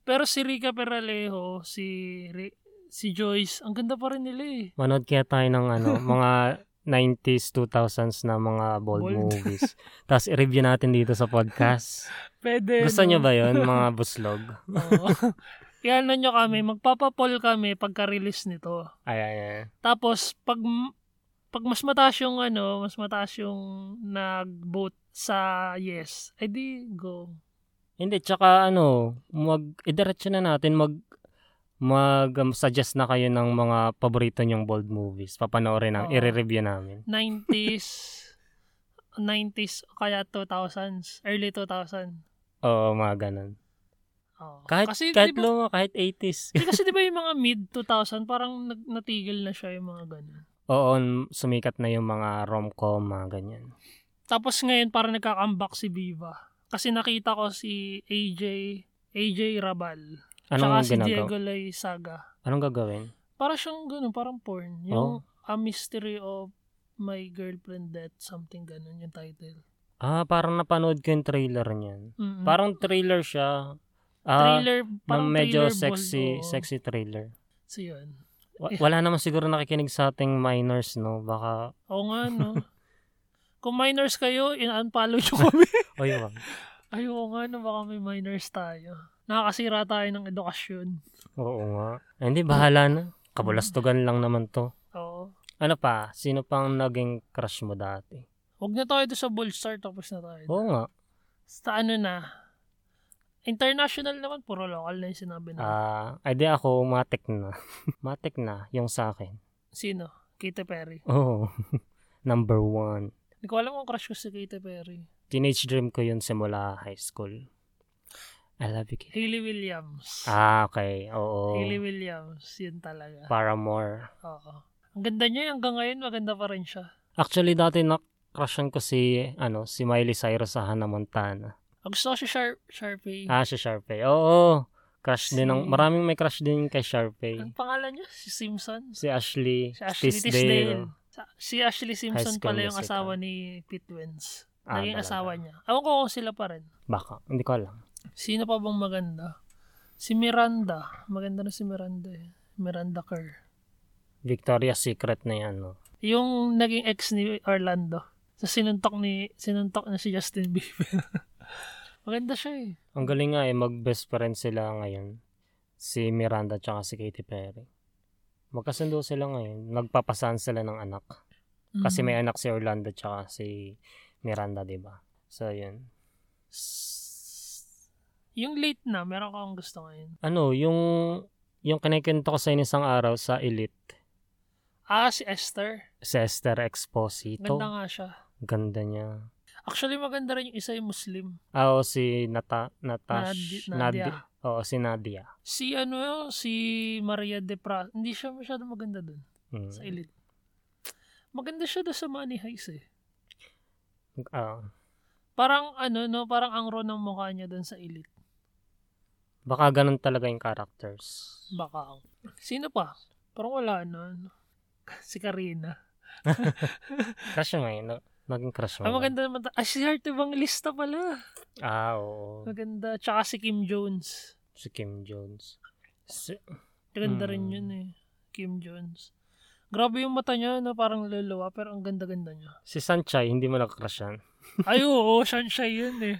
A: Pero si Rica Peralejo, si Ri- si Joyce, ang ganda pa rin nila eh.
B: Manood kaya tayo ng ano, mga 90s, 2000s na mga bold,
A: Bold.
B: movies. Tapos i-review natin dito sa podcast.
A: Pwede.
B: Gusto
A: no?
B: nyo ba yon mga buslog?
A: Oo. Iano nyo kami, magpapapol kami pagka-release nito.
B: Ay, ay, ay.
A: Tapos pag pag mas mataas yung ano, mas mataas yung nag-vote sa yes, ay di go.
B: Hindi, tsaka ano, mag, idiretso na natin, mag, mag um, suggest na kayo ng mga paborito nyong bold movies. Papanoorin ang,
A: Oo.
B: i-review namin.
A: 90s 90s o kaya 2000s, early 2000.
B: Oo, mga ganun.
A: Oo.
B: Kahit,
A: kasi
B: kahit
A: di ba,
B: luma, kahit 80s.
A: eh, kasi di ba yung mga mid 2000 parang nag- natigil na siya yung mga ganun.
B: Oo, n- sumikat na yung mga rom-com, mga ganyan.
A: Tapos ngayon parang nagka-comeback si Viva. Kasi nakita ko si AJ AJ Rabal.
B: Anong
A: tsaka si
B: ginagawa?
A: Diego Loizaga.
B: Anong gagawin?
A: Para siyang ganun, parang porn. Yung
B: Oh.
A: A Mystery of My Girlfriend Death, something ganun yung title.
B: Ah, parang napanood ko yung trailer niyan.
A: Mm-mm.
B: Parang trailer siya. Ah,
A: Hmm. trailer,
B: na
A: parang trailer
B: medyo
A: ball,
B: sexy,
A: oo.
B: sexy trailer.
A: So yun.
B: Wa-
A: Eh.
B: Wala naman siguro nakikinig sa ating minors, no? Baka,
A: Oo nga, no? Kung minors kayo, in-unfollow nyo kami.
B: oy, wag.
A: Ay, oo nga, no? Baka may minors tayo. Nakakasira tayo ng edukasyon.
B: Oo nga. Ay, Hindi, bahala na. Kabulastugan lang naman to.
A: Oo.
B: Ano pa? Sino pang naging crush mo dati?
A: Huwag na tayo doon sa bull star, tapos na tayo.
B: Oo nga.
A: Sa ano na, international naman, puro local na yung sinabi na.
B: Ah, ay di ako, matik na. matik na, yung sa akin.
A: Sino? Katy Perry.
B: Oo. Number one.
A: Hindi ko alam kung crush ko si Katy Perry.
B: Teenage dream ko yun simula high school. I love you, kid.
A: Hayley Williams.
B: Ah, okay. Oo.
A: Hayley Williams, yun talaga.
B: Paramore.
A: Oo. Ang ganda niya, hanggang ngayon maganda pa rin siya.
B: Actually, dati na-crushan ko si, ano, si Miley Cyrus sa Hannah Montana.
A: Ang gusto ko si Shar- Sharpay.
B: Ah, si Sharpay. Oo. Crush din ng,
A: Si-
B: maraming may crush din kay Sharpay.
A: Ang pangalan niya, si Simpson.
B: Si Ashley,
A: Si Ashley Tisdale. Sa- Si Ashley Simpson
B: High School
A: pala yung
B: Musical.
A: asawa ni Pete Wentz.
B: Ah,
A: Naging
B: talaga.
A: asawa niya. Ewan ko kung sila pa rin.
B: Baka, hindi ko alam.
A: Sino pa bang maganda? Si Miranda. Maganda na si Miranda eh. Miranda Kerr.
B: Victoria's Secret na yan, no?
A: Yung naging ex ni Orlando. Sa sinuntok ni sinuntok na si Justin Bieber. maganda siya eh.
B: Ang galing nga eh, mag-best friend sila ngayon. Si Miranda tsaka si Katy Perry. Magkasundo sila ngayon. Nagpapasan sila ng anak. Kasi
A: Mhm.
B: may anak si Orlando tsaka si Miranda, di ba? So, yun.
A: Yung late na, meron akong gusto ngayon.
B: Ano, yung, yung kinikinto ko sa inyo isang araw sa Elite,
A: Ah, si Esther.
B: si Esther Exposito.
A: Ganda
B: Ganda,
A: nga siya.
B: niya.
A: Actually, maganda rin yung isa yung Muslim.
B: Ah, o si Nata,
A: Nadi-
B: Natash,
A: Nadia.
B: Nadi- oo, si Nadia.
A: Si ano yun, si Maria de Pra. Hindi siya masyado maganda dun.
B: Mm.
A: Sa elite. Maganda siya doon sa Money Heist eh.
B: Ah,
A: Parang ano, no, parang angro ng mukha niya doon sa Elite.
B: baka ganun talaga yung characters.
A: Baka ang... Sino pa? Parang wala na. ano. Si Karina.
B: Crush mo yun. no? Naging crush mo.
A: Ang
B: ba?
A: maganda naman. ta- Ah, si Heart ibang lista pala.
B: Ah, oo.
A: Maganda. Tsaka si Kim Jones.
B: Si Kim Jones. Si-
A: Ganda rin
B: Hmm.
A: yun eh. Kim Jones. Grabe yung mata niya na parang luluwa pero ang ganda-ganda niya.
B: Si Sanchai, hindi mo nakakrush yan.
A: Ay oo, Sunshine yun eh.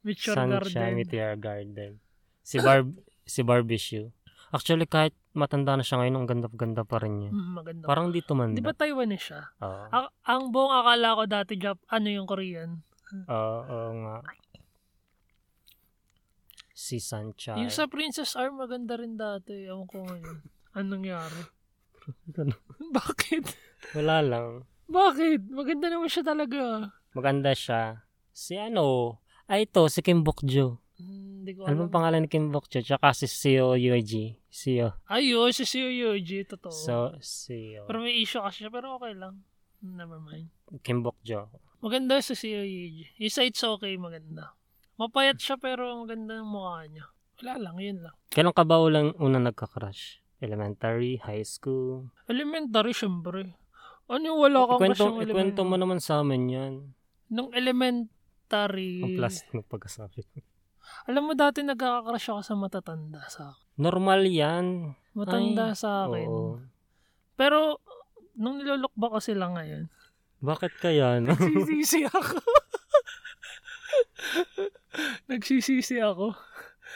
A: Mature
B: Sanchai
A: Garden.
B: Meteor Garden. Si Barb si Barbecue. Actually, kahit matanda na siya ngayon, ang ganda-ganda pa rin niya.
A: Mm, maganda.
B: Parang di
A: Di
B: tumanda.
A: ba Ah. Taiwanese siya?
B: Oo.
A: A- ang buong akala ko dati Jap, ano yung Korean.
B: Oo, oo nga. Si Sanchai.
A: Yung sa Princess R, maganda rin dati. Ewan ko ngayon. Anong nangyari?
B: Ano?
A: Bakit?
B: Wala lang.
A: Bakit? Maganda naman siya talaga.
B: Maganda siya. Si ano? Ay, ito, si Kim Bokjo.
A: Hmm, Hindi ko
B: Ano
A: alam.
B: bang pangalan ni Kim Bokjo? Tsaka si Seo Yuji. Seo.
A: Ayun, si Seo Yuji, totoo.
B: So, oh, Seo.
A: pero may issue kasi siya, pero okay lang. Never mind.
B: Kim Bokjo.
A: Maganda si Seo Yuji. Yung sa It's Okay, maganda. Mapayat siya, pero maganda ang mukha niya. Wala lang, yun lang.
B: Kailan ka ba ulang una nagka-crush? Elementary, high school?
A: Elementary, syempre. Ano yung wala kang
B: Ikwento,
A: kasyang
B: ikwento mo naman sa amin yan.
A: Nung elementary,
B: Ang plastic ng pagkasabi.
A: alam mo dati nagkakakrush ako sa matatanda sa akin.
B: Normal yan.
A: Matanda
B: Ay,
A: sa akin.
B: Oo.
A: Pero, nung nilolook ba ko sila ngayon,
B: Bakit kaya? No?
A: nagsisisi ako. nagsisisi ako.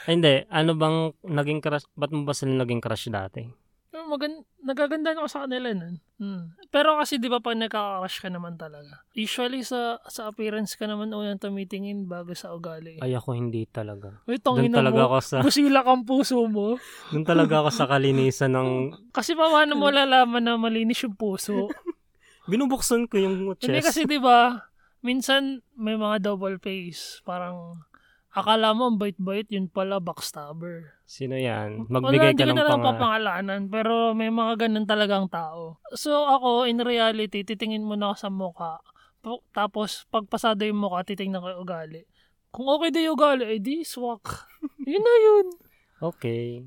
B: Ay, hindi. Ano bang naging crush? Ba't mo ba sila naging crush dati?
A: Pero Magan- nagaganda ako sa kanila nun. Hmm. Pero kasi di ba pag nagkakakrush ka naman talaga, usually sa sa appearance ka naman unang tumitingin bago sa ugali.
B: Ay, ako hindi talaga.
A: Uy,
B: Doon
A: tangina
B: talaga
A: mo.
B: ako sa
A: Busila kang puso mo.
B: doon talaga ako sa kalinisan ng
A: Kasi paano mo lalaman na malinis yung puso?
B: binubuksan ko yung
A: Hindi
B: chest.
A: kasi 'di ba, minsan may mga double face, parang akala mo ang bait-bait, yun pala backstabber.
B: Sino yan?
A: Wala,
B: Magbigay
A: hindi
B: ka ng
A: na lang
B: pangalan.
A: papangalanan, pero may mga ganun talagang tao. So ako, in reality, titingin muna ako sa mukha. Pa- Tapos, pagpasado yung mukha, titingnan ko yung ugali. Kung okay din yung ugali, eh di, swak. yun na yun.
B: Okay.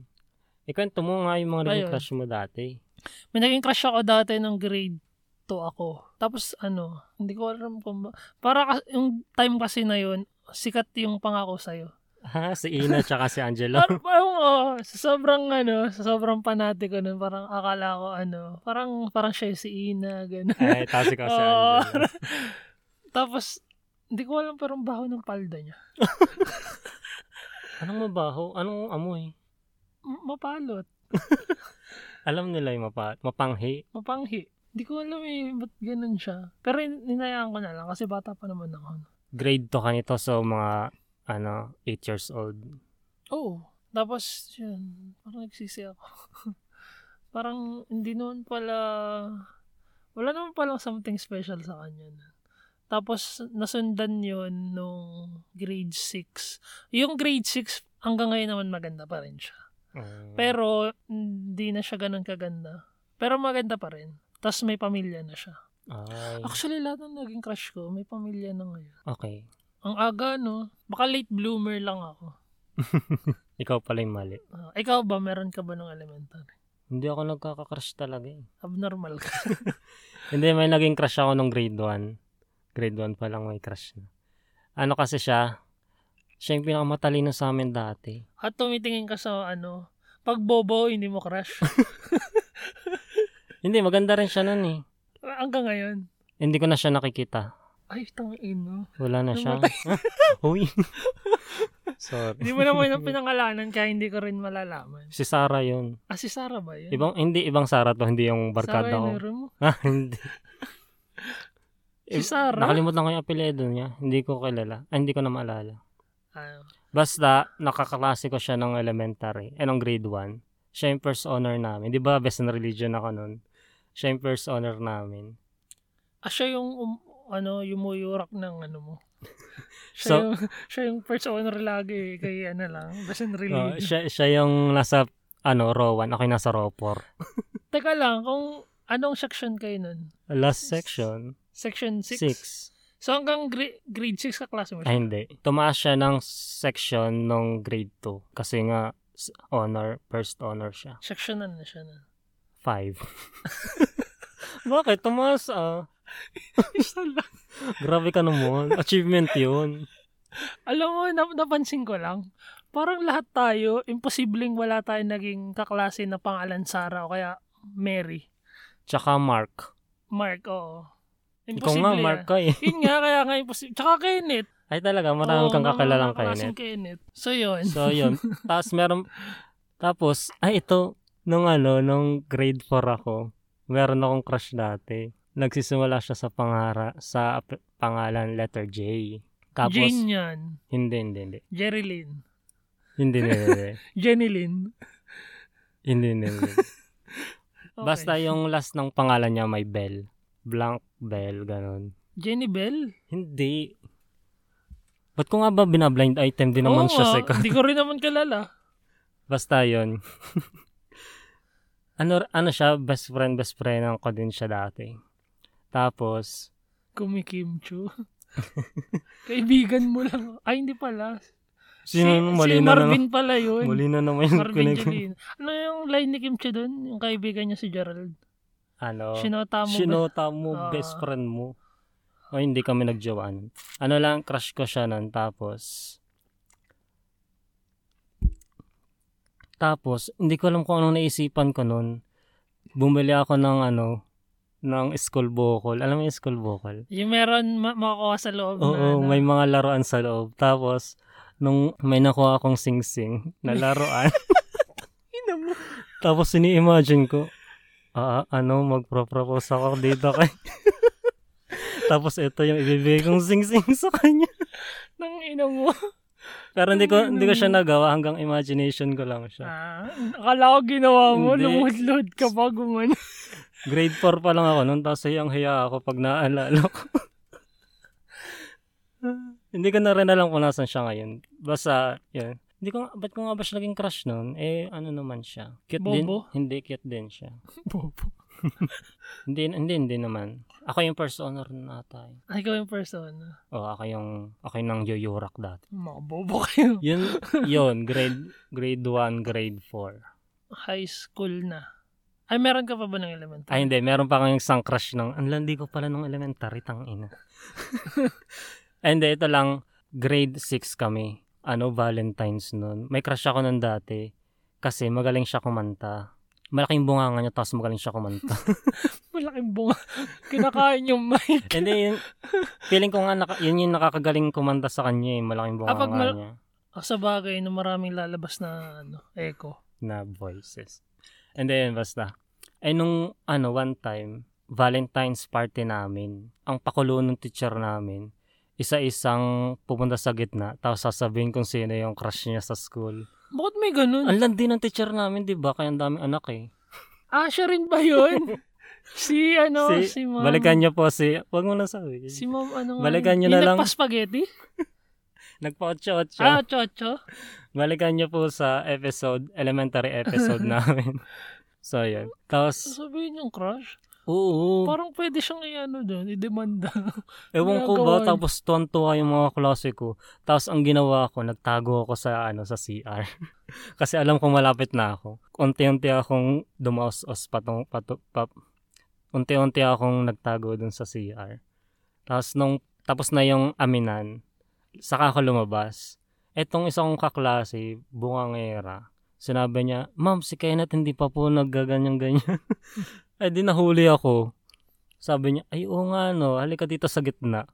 B: Ikwento mo nga yung mga naging
A: Ayun.
B: crush mo dati.
A: May naging crush ako dati nung grade 2 ako. Tapos ano, hindi ko alam kung ba- Para ka- yung time kasi na yun, sikat yung pangako sa'yo.
B: Ha? Si Ina tsaka si Angelo.
A: Parang, parang oh, sa sobrang ano, sa sobrang panate ko nun, parang akala ko ano, parang, parang siya yung si Ina, gano'n.
B: Ay, tapos ikaw si
A: Oo.
B: Angelo.
A: Tapos, hindi ko alam parang baho ng palda niya.
B: Anong mabaho? Anong amoy?
A: M- mapalot,
B: Alam nila yung mapa- mapanghi.
A: mapanghi. Hindi ko alam eh, ba't ganun siya. Pero hin- hinayaan ko na lang kasi bata pa naman ako.
B: Grade 2 ka nito, so mga ano, 8 years old.
A: Oo. Oh, Tapos, yun, parang nagsisi ako. parang, hindi noon pala, wala naman palang something special sa kanya. nun. Tapos, nasundan yon nung grade 6. Yung grade 6, hanggang ngayon naman maganda pa rin siya.
B: Mm.
A: Pero, hindi na siya ganun kaganda. Pero maganda pa rin. Tapos may pamilya na siya.
B: Ay,
A: Actually, lahat ng naging crush ko, may pamilya na ngayon.
B: okay.
A: Ang aga, no? Baka late bloomer lang ako.
B: Ikaw pala yung mali.
A: Ah, ikaw ba, meron ka ba ng elementary?
B: Hindi ako nagkaka-crush talaga eh.
A: abnormal ka.
B: Hindi, may naging crush ako nung grade 1. Grade 1 pa lang may crush na. Ano kasi siya, siya yung pinakamatalino sa amin dati.
A: At tumitingin ka sa ano, pag bobo, hindi mo crush.
B: Hindi, maganda rin siya nun eh.
A: Hanggang ngayon.
B: Hindi ko na siya nakikita.
A: Ay, tangin no.
B: Wala na siya.
A: Namatay.
B: Uy. Sorry.
A: Hindi mo naman yung pinangalanan kaya hindi ko rin malalaman.
B: Si Sarah yun.
A: Ah, si Sarah ba yun?
B: Ibang, hindi, ibang Sarah to. Hindi yung barkada
A: Sarah
B: ko.
A: yun, naro mo?
B: Ah, hindi.
A: Si
B: Eh,
A: Sarah?
B: Nakalimutan ko yung apelyido niya. Hindi ko kilala. Ah, hindi ko na maalala.
A: Ah,
B: Basta, nakaklase ko siya ng elementary. Eh, ng grade 1. Siya yung first honor namin. Di ba, best in religion ako nun? Siya yung first honor namin.
A: ah, siya yung um- ano, yumuyurak ng ano mo. Siya, yung,
B: So-
A: siya yung first owner lagi eh, kay ano lang, basta
B: Oh,
A: religion.
B: siya, siya yung nasa, ano, row 1. Ako yung nasa row 4.
A: Teka lang, kung Anong section kayo nun?
B: Last section,
A: Section 6?
B: 6.
A: So hanggang gra- grade 6 kaklase mo
B: Ay,
A: siya?
B: hindi. Tumaas siya ng section nung grade 2. Kasi nga, s- honor, first honor siya.
A: Section na na siya na.
B: 5. Bakit? Tumaas ah.
A: Isa lang.
B: Grabe ka naman. Achievement yun.
A: Alam mo, nap- napansin ko lang, parang lahat tayo, imposibleng wala tayong naging kaklase na pangalan Sarah o kaya Mary.
B: Tsaka Mark.
A: Mark, oo.
B: Ikaw
A: Imposible ah.
B: nga,
A: yan.
B: Mark ka eh.
A: Yun nga, kaya nga imposible. Tsaka Kenneth.
B: Ay talaga, marami
A: Oo,
B: kang kakalalang
A: mga
B: kayo
A: kaklaseng Kenneth. So, yun.
B: So, yun. Tapos, meron, tapos, ay, ito, nung ano, nung grade 4 ako, meron akong crush dati. Nagsisimula siya sa pangara, sa ap- pangalan letter J. Tapos,
A: Jane yan.
B: hindi, hindi, hindi.
A: Jerry Lynn.
B: Hindi, hindi, hindi.
A: Jenny Lynn.
B: Hindi, hindi, hindi.
A: Okay.
B: Basta yung last ng pangalan niya may Bell. Blank Bell, ganun.
A: Jenny Bell?
B: Hindi. Ba't ko nga ba binablind item din naman
A: Oo ah.
B: siya
A: nga,
B: sa ikaw?
A: Hindi ko rin naman kilala.
B: Basta yon. ano, ano siya, best friend, best friend ko din siya dati. Tapos,
A: Kumikimcho. Kaibigan mo lang. Ay, hindi pala.
B: sino
A: si,
B: mali
A: si
B: na
A: Marvin pala
B: naman?
A: yun.
B: Mali na naman yung
A: Marvin
B: kunig.
A: Jolin. Ano yung line ni Kim Chi doon? Yung kaibigan niya si Gerald.
B: Ano?
A: Shinota mo. ba?
B: Sinota mo,
A: Ah.
B: best friend mo. O hindi kami nagjawaan. Ano lang, crush ko siya nun. Tapos, tapos, hindi ko alam kung anong naisipan ko nun. Bumili ako ng ano, ng school vocal. Alam mo yung school vocal?
A: Yung meron ma- makukuha sa loob na. ano.
B: Oo, may mga laruan sa loob. Tapos, nung may nakuha akong sing-sing na laruan,
A: Ina mo.
B: tapos ini-imagine ko, ah, ano, magpropropose ako dito kay... tapos ito yung ibibigay kong sing-sing sa kanya.
A: Nang ina mo.
B: Pero hindi ko, hindi ko siya nagawa hanggang imagination ko lang siya.
A: Ah, akala ko ginawa mo.
B: Hindi.
A: Lumudlod ka pa guman.
B: Grade 4 pa lang ako noon, tapos hiyang-hiya ako pag naaalala ko. hindi ko na rin alam kung nasan siya ngayon. Basta, yun. Hindi ko, nga- ba't ko nga ba siya naging crush noon? Eh, ano naman siya? Cute din?
A: Bobo?
B: Hindi, cute din siya.
A: Bobo.
B: Hindi, hindi, hindi naman. Ako yung first honor na tayo.
A: Ay, ikaw yung person.
B: O, Oh, ako yung, ako yung nang yoyorak dati.
A: Mga bobo kayo.
B: Yun, yun, grade, grade 1, grade 4.
A: High school na. Ay, meron ka pa ba ng elementary?
B: Ay, hindi, meron pa kang isang crush ng, ang landi ko pala nung elementary, tang ina. Ay, hindi, ito lang, grade 6 kami. Ano, Valentine's nun. May crush ako nun dati. Kasi magaling siya kumanta. Malaking bunganga niya, tapos magaling siya kumanta.
A: Malaking bunga. Kinakain yung mic.
B: Hindi, yun, feeling ko nga, naka, yun yung nakakagaling kumanta sa kanya, eh, malaking
A: Ah,
B: bunganga
A: pag mal-
B: niya.
A: Ah, sa bagay na maraming lalabas na ano, echo.
B: na voices. And then, basta. Ay, nung, ano, one time, Valentine's party namin, ang pakulo ng teacher namin, isa-isang pupunta sa gitna, tapos sasabihin kung sino yung crush niya sa school.
A: Bakit may ganun?
B: Ang landi ng teacher namin, di ba? Kaya ang daming anak eh.
A: Ah, siya rin ba yun? si ano, si, ma'am.
B: Balikan niyo po si, wag mo na sabihin.
A: Si ma'am, ano nga?
B: Balikan
A: Yung
B: niyo na lang.
A: nagpa-spaghetti?
B: Nagpa-otso-otso.
A: Ah, chocho.
B: Balikan niyo po sa episode, elementary episode namin. So, yun. Tapos,
A: Sasabihin yung crush.
B: oo.
A: Parang pwede siyang i-ano doon, i-demanda.
B: Ewan ko ba,
A: Ginagawa.
B: tapos tuwan-tuwa yung mga klase ko. Tapos ang ginawa ko, nagtago ako sa ano sa CR. Kasi alam kong malapit na ako. Unti-unti akong dumaos-os patong, pato, pa, unti-unti akong nagtago dun sa CR. Tapos nung tapos na yung aminan, saka ako lumabas. Etong isa kong kaklase, bungangera, sinabi niya, Ma'am, si Kenneth hindi pa po naggaganyan-ganyan. Ay, di nahuli ako. Sabi niya, ay oo nga no, halika dito sa gitna.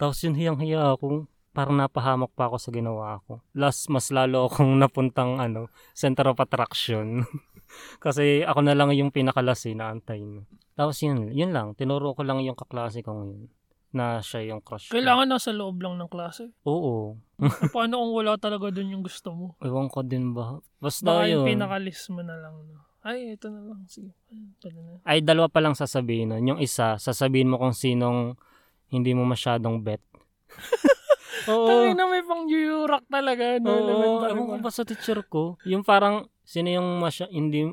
B: Tapos yun hiyang-hiya ako, parang napahamak pa ako sa ginawa ko. Last, mas lalo akong napuntang ano, center of attraction. Kasi ako na lang yung pinakalasi na antay mo. Tapos yun, yun lang, tinuro ko lang yung kaklase ko ngayon na siya yung crush ko.
A: Kailangan nasa loob lang ng klase.
B: Oo.
A: Eh, Paano kung wala talaga doon yung gusto mo?
B: Ewan ko din ba. Basta
A: Baka yung
B: yun.
A: pinakalis mo na lang. No? Ay, ito na lang. Sige. Ay, Ito na lang.
B: Ay, dalawa pa lang sasabihin nun. Yung isa, sasabihin mo kung sinong hindi mo masyadong bet. Oo.
A: Tangin na may pang yurak talaga. No?
B: Oo,
A: elementary
B: Oh. ewan ko
A: pa.
B: ba sa teacher ko. Yung parang, sino yung masya, hindi,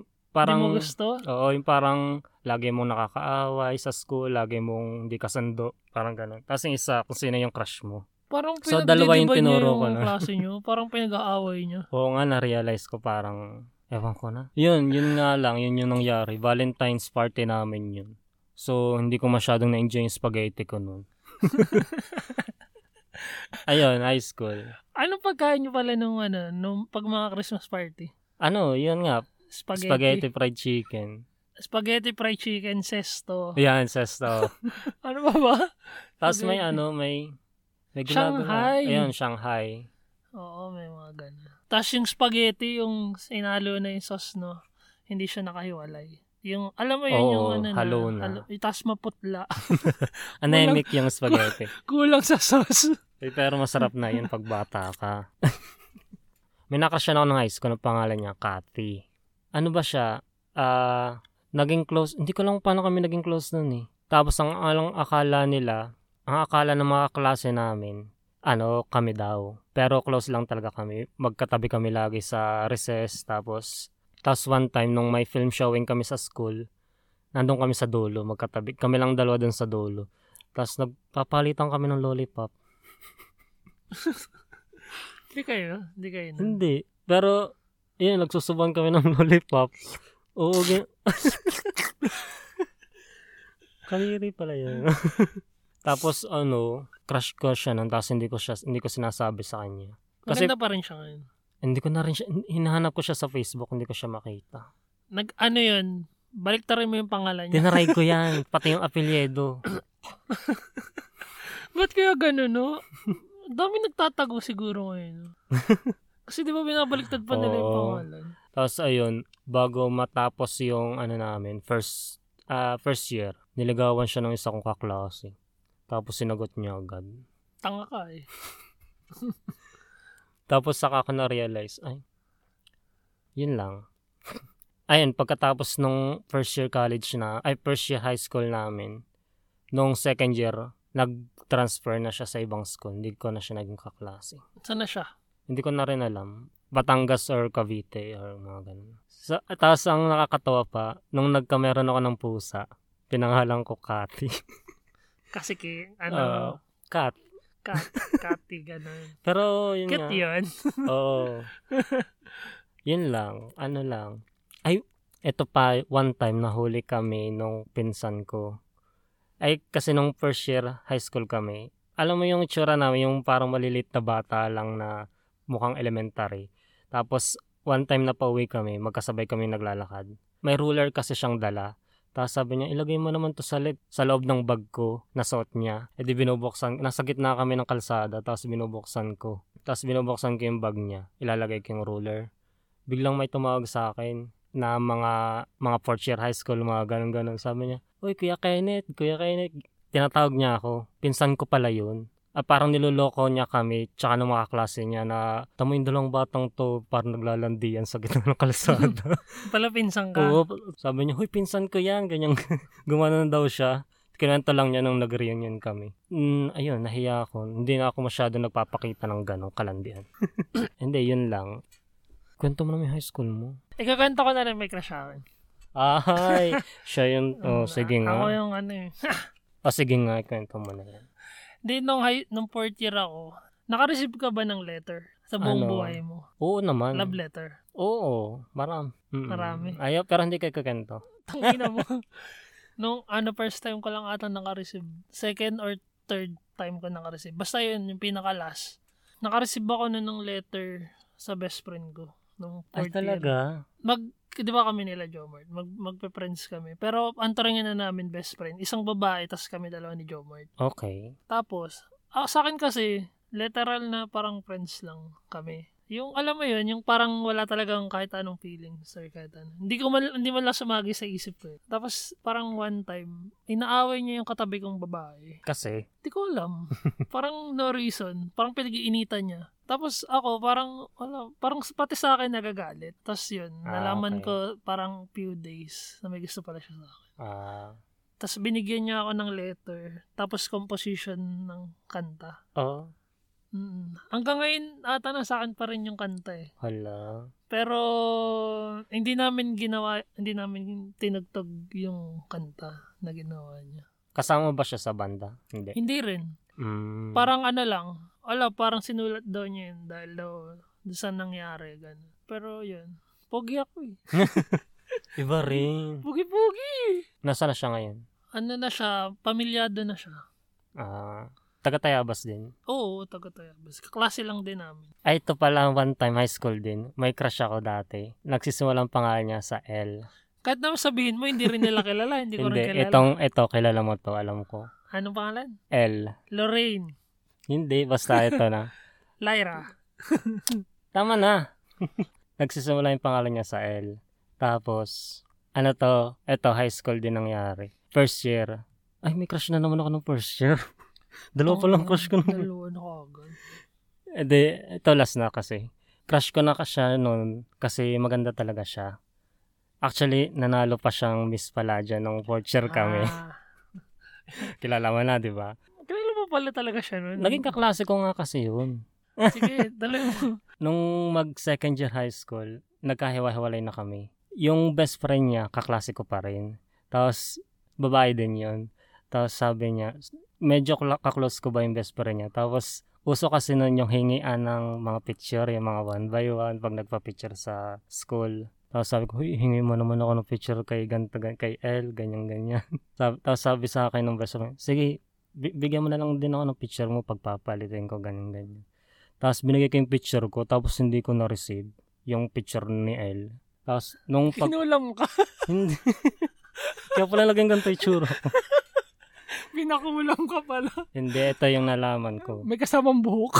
A: Hindi
B: parang,
A: mo gusto?
B: oo, yung parang Lagi mong nakakaaway sa school, lagi mong hindi kasando, parang ganun. Tapos yung isa, kung sino yung crush mo.
A: Parang
B: So, dalawa yung
A: pinagdidiba niyo
B: tinuro ko
A: yung
B: na.
A: klase niyo. Parang pinag-aaway niyo.
B: Oo nga, na-realize ko parang, ewan ko na. Yun, yun nga lang, yun yung nangyari. Valentine's party namin yun. So, hindi ko masyadong na-enjoy yung spaghetti ko nun. Ayun, high school.
A: Anong pagkain niyo pala nung, ano, nung pag mga Christmas party?
B: Ano, yun nga,
A: Spaghetti.
B: spaghetti, fried chicken.
A: Spaghetti fried chicken, sesto.
B: Yan, sesto.
A: Ano ba ba?
B: Tapos may
A: Spaghetti.
B: ano, may... may
A: Shanghai.
B: Ginagawa. Ayun, Shanghai.
A: Oo, may mga ganun. Tapos yung spaghetti, yung inalo na yung sauce, no? Hindi siya nakahiwalay. Yung, alam mo yun,
B: Oo,
A: yung ano
B: halo na.
A: Tapos maputla.
B: Anemic yung spaghetti.
A: Kulang sa sauce.
B: Eh, pero masarap na yun pag bata ka. May nakrasyan ako ng high school. Ang pangalan niya, Cathy. Ano ba siya? Ah, naging close. Hindi ko lang paano kami naging close nun eh. Tapos ang alang akala nila, ang akala ng mga klase namin, ano, kami daw. Pero close lang talaga kami. Magkatabi kami lagi sa recess. Tapos, tapos one time nung may film showing kami sa school, nandun kami sa dulo, magkatabi. Kami lang dalawa dun sa dulo. Tapos nagpapalitan kami ng lollipop.
A: Hindi kayo, hindi kayo na.
B: Hindi. Pero, yun, nagsusuban kami ng lollipop. Oo, gan- Kaliri pala yun. Tapos, ano, crush ko siya nun, tapos hindi ko, siya, hindi ko sinasabi sa kanya. Kasi-
A: Maganda pa rin siya ngayon.
B: Hindi ko na rin siya, hinahanap ko siya sa Facebook, hindi ko siya makita.
A: Nag, ano yun, balik mo yung pangalan niya.
B: Tinaray ko yan, pati yung apelyedo.
A: Ba't kaya ganun, no? Ang Dami nagtatago siguro ngayon. no? Kasi di ba binabaliktad pa nila yung
B: Oo.
A: pangalan?
B: Tapos, ayun, bago matapos yung, ano namin, first, ah, first year, niligawan siya ng isa kong kaklase. Tapos, sinagot niya agad.
A: Tanga ka eh.
B: Tapos saka ako na-realize, ay, yun lang. Ayun, pagkatapos nung first year college na, ay first year high school namin, nung second year, nag-transfer na siya sa ibang school. Hindi ko na siya naging kaklase.
A: Sana siya.
B: Hindi ko na rin alam. Batangas or Cavite or mga ganun. Sa, tapos ang nakakatawa pa, nung nagkameron ako ng pusa, pinangalan ko Kati.
A: Kasi ki,
B: Oo.
A: ano,
B: Kat.
A: kat, kati, ganun.
B: Pero yun
A: Cute
B: nga.
A: yun.
B: Oo. Yun lang. Ano lang. Ay, eto pa, one time nahuli kami nung pinsan ko. Ay, kasi nung first year high school kami, alam mo yung itsura namin, yung parang malilit na bata lang na mukhang elementary. Tapos, one time na pauwi kami, magkasabay kami naglalakad. May ruler kasi siyang dala. Tapos sabi niya, ilagay mo naman to sa, lit, sa loob ng bag ko, na suot niya. E di binubuksan, nasa gitna kami ng kalsada, tapos binubuksan ko. Tapos binubuksan ko yung bag niya. Ilalagay ko yung ruler. Biglang may tumawag sa akin na mga mga fourth year high school, mga ganun-ganun. Sabi niya, Uy, Kuya Kenneth, Kuya Kenneth. Tinatawag niya ako. Pinsan ko pala yun. Ah, parang niloloko niya kami, tsaka ng mga klase niya na tamo yung dalawang batang to, parang naglalandian sa gitna ng kalsada.
A: Pala pinsang ka.
B: Oo, sabi niya, huy, pinsan ko yan, ganyan, gumanon daw siya. Kinanta lang niya nung nag-reunion kami. Mm, ayun, nahiya ako. Hindi na ako masyado nagpapakita ng gano'ng kalandian. Hindi, yun lang. Kwento mo naman yung high school mo.
A: Ikakanta ko na rin may crush akin.
B: Ay, siya yun.
A: Ah,
B: Oh, sige
A: Ako
B: nga.
A: yung ano eh.
B: Oh, sige nga, kwento mo na yan.
A: Di nung, high, nung fourth year ako, nakareceive ka ba ng letter sa buong
B: Ano?
A: buhay mo?
B: Oo naman.
A: Love letter.
B: Oo, marami. Mm-mm.
A: Marami.
B: Ayaw, pero hindi kayo kwento.
A: Tangina mo. nung ano, first time ko lang ata nakareceive. Second or third time ko nakareceive. Basta yun, yung pinaka-last. Nakareceive ako nun ng letter sa best friend ko. Nung
B: Ay,
A: fourth year.
B: talaga?
A: mag, di ba kami nila Jomart, mag, magpe-friends kami. Pero antarin na namin best friend. Isang babae, tas kami dalawa ni Jomart.
B: Okay.
A: Tapos, ah, sa akin kasi, literal na parang friends lang kami. Yung alam mo yun, yung parang wala talagang kahit anong feelings or kahit ano. Hindi ko man, hindi man lang sumagi sa isip ko. eh. Tapos parang one time, inaaway niya yung katabi kong babae.
B: Kasi,
A: Di ko alam. parang no reason. Parang pinag-iinitan niya. Tapos ako, parang, wala, parang pati sa akin nagagalit. Tapos yun,
B: Ah,
A: nalaman
B: okay.
A: ko parang few days na may gusto pala siya sa akin.
B: ah,
A: Tapos binigyan niya ako ng letter. Tapos composition ng kanta.
B: oh,
A: Mm. Hanggang ngayon, ata na sa akin pa rin yung kanta eh.
B: Hala.
A: Pero hindi namin ginawa, hindi namin tinugtog yung kanta na ginawa niya.
B: Kasama ba siya sa banda? Hindi.
A: Hindi rin.
B: Mm.
A: Parang ano lang, wala, parang sinulat daw niya yun dahil daw doon sa nangyari. Ganun. Pero yun, pogi ako eh.
B: Iba rin.
A: Pogi-pogi!
B: Nasaan na siya ngayon?
A: Ano na siya, pamilyado na siya.
B: Ah, taga Tayabas din.
A: Oo, taga Tayabas. Kaklase lang din namin.
B: Ay, ito pala one time high school din. May crush ako dati. Nagsisimulang pangalan niya sa L.
A: Kahit naman sabihin mo, hindi rin nila kilala. Hindi ko
B: Hindi,
A: rin kilala.
B: itong, ito, kilala mo to, alam ko.
A: Anong pangalan?
B: L.
A: Lorraine.
B: Hindi, basta ito na.
A: Lyra.
B: Tama na. Nagsisimula yung pangalan niya sa L. Tapos, ano to, ito, high school din nangyari. First year. Ay, may crush na naman ako ng first year. Dalawa pa lang
A: Oo,
B: crush ko nung
A: Dalawa na kagad.
B: Eh, di, ito last na kasi. Crush ko na ka siya noon kasi maganda talaga siya. Actually, nanalo pa siyang Miss Paladia nung fourth year kami.
A: Ah,
B: Kilala mo na, di ba?
A: kilala mo pala talaga siya nun.
B: Naging kaklase ko nga kasi yun.
A: Sige, dalawa mo.
B: Nung mag second year high school, nagkahiwa-hiwalay na kami. Yung best friend niya, kaklase ko pa rin. Tapos, babae din yun. Tapos sabi niya, medyo kla- kaklose ko ba yung best friend niya? Tapos, uso kasi nun yung hingian ng mga picture, yung mga one by one, pag nagpa-picture sa school. Tapos sabi ko, "Huy, hingi mo naman ako ng picture kay, ganto, gan- kay L, ganyan-ganyan. Sabi- Tapos sabi sa akin ng best friend, sige, bi- bigyan mo na lang din ako ng picture mo pagpapalitin ko, ganyan-ganyan. Tapos binigay ko yung picture ko, tapos hindi ko na-receive yung picture ni L. Tapos nung pag...
A: Kinulam ka.
B: hindi. Kaya pala laging ganito yung tsura. ko.
A: Pinakulam ka pala.
B: hindi, ito yung nalaman ko.
A: May kasamang buhok.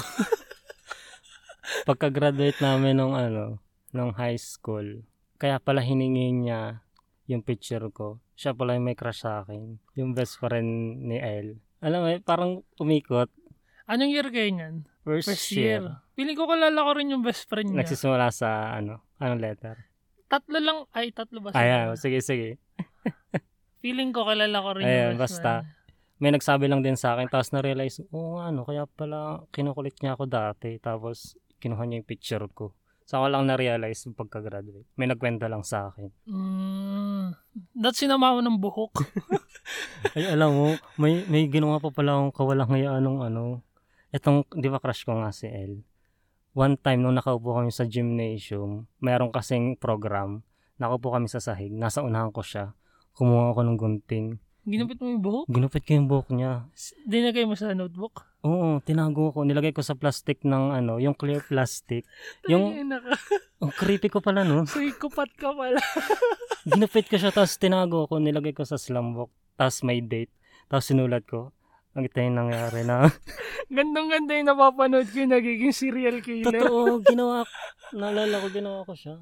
B: Pagka-graduate namin nung ano, nung high school, kaya pala hiningi niya yung picture ko. Siya pala yung may crush sa akin. Yung best friend ni L. Alam mo, eh, parang umikot.
A: Anong year kayo niyan?
B: First,
A: First
B: year.
A: year. Piling ko kalala ko rin yung best friend niya.
B: Nagsisimula sa ano, anong letter?
A: tatlo lang, ay tatlo ba?
B: Ayan,
A: sila?
B: sige, sige.
A: Feeling ko kalala ko rin
B: Ayan,
A: yung best
B: basta.
A: friend.
B: may nagsabi lang din sa akin tapos na-realize, oh ano, kaya pala kinukulit niya ako dati tapos kinuha niya yung picture ko. Sa ko lang na-realize yung pagka-graduate. May nagkwenta lang sa akin.
A: Mm, Dapat sinama mo ng buhok.
B: Ay, alam mo, may, may ginawa pa pala akong kawalang ngayaan ng ano. Itong, di ba crush ko nga si El? One time, nung nakaupo kami sa gymnasium, meron kasing program. Nakaupo kami sa sahig. Nasa unahan ko siya. Kumuha ako ng gunting.
A: Ginupit mo yung buhok?
B: Ginupit ko yung buhok niya.
A: Dinagay mo sa notebook?
B: Oo, tinago ko. Nilagay ko sa plastic ng ano, yung clear plastic. Yung-
A: Tangina ka.
B: Ang creepy ko pala nun.
A: Psychopath ka pala.
B: Ginupit ko siya, tapos tinago ko. Nilagay ko sa slumbook. Tapos may date. Tapos sinulat ko. Ang ito yung nangyari na.
A: Gandang-ganda yung napapanood ko yung nagiging serial killer.
B: Totoo, ginawa ko. Naalala ko, ginawa ko siya.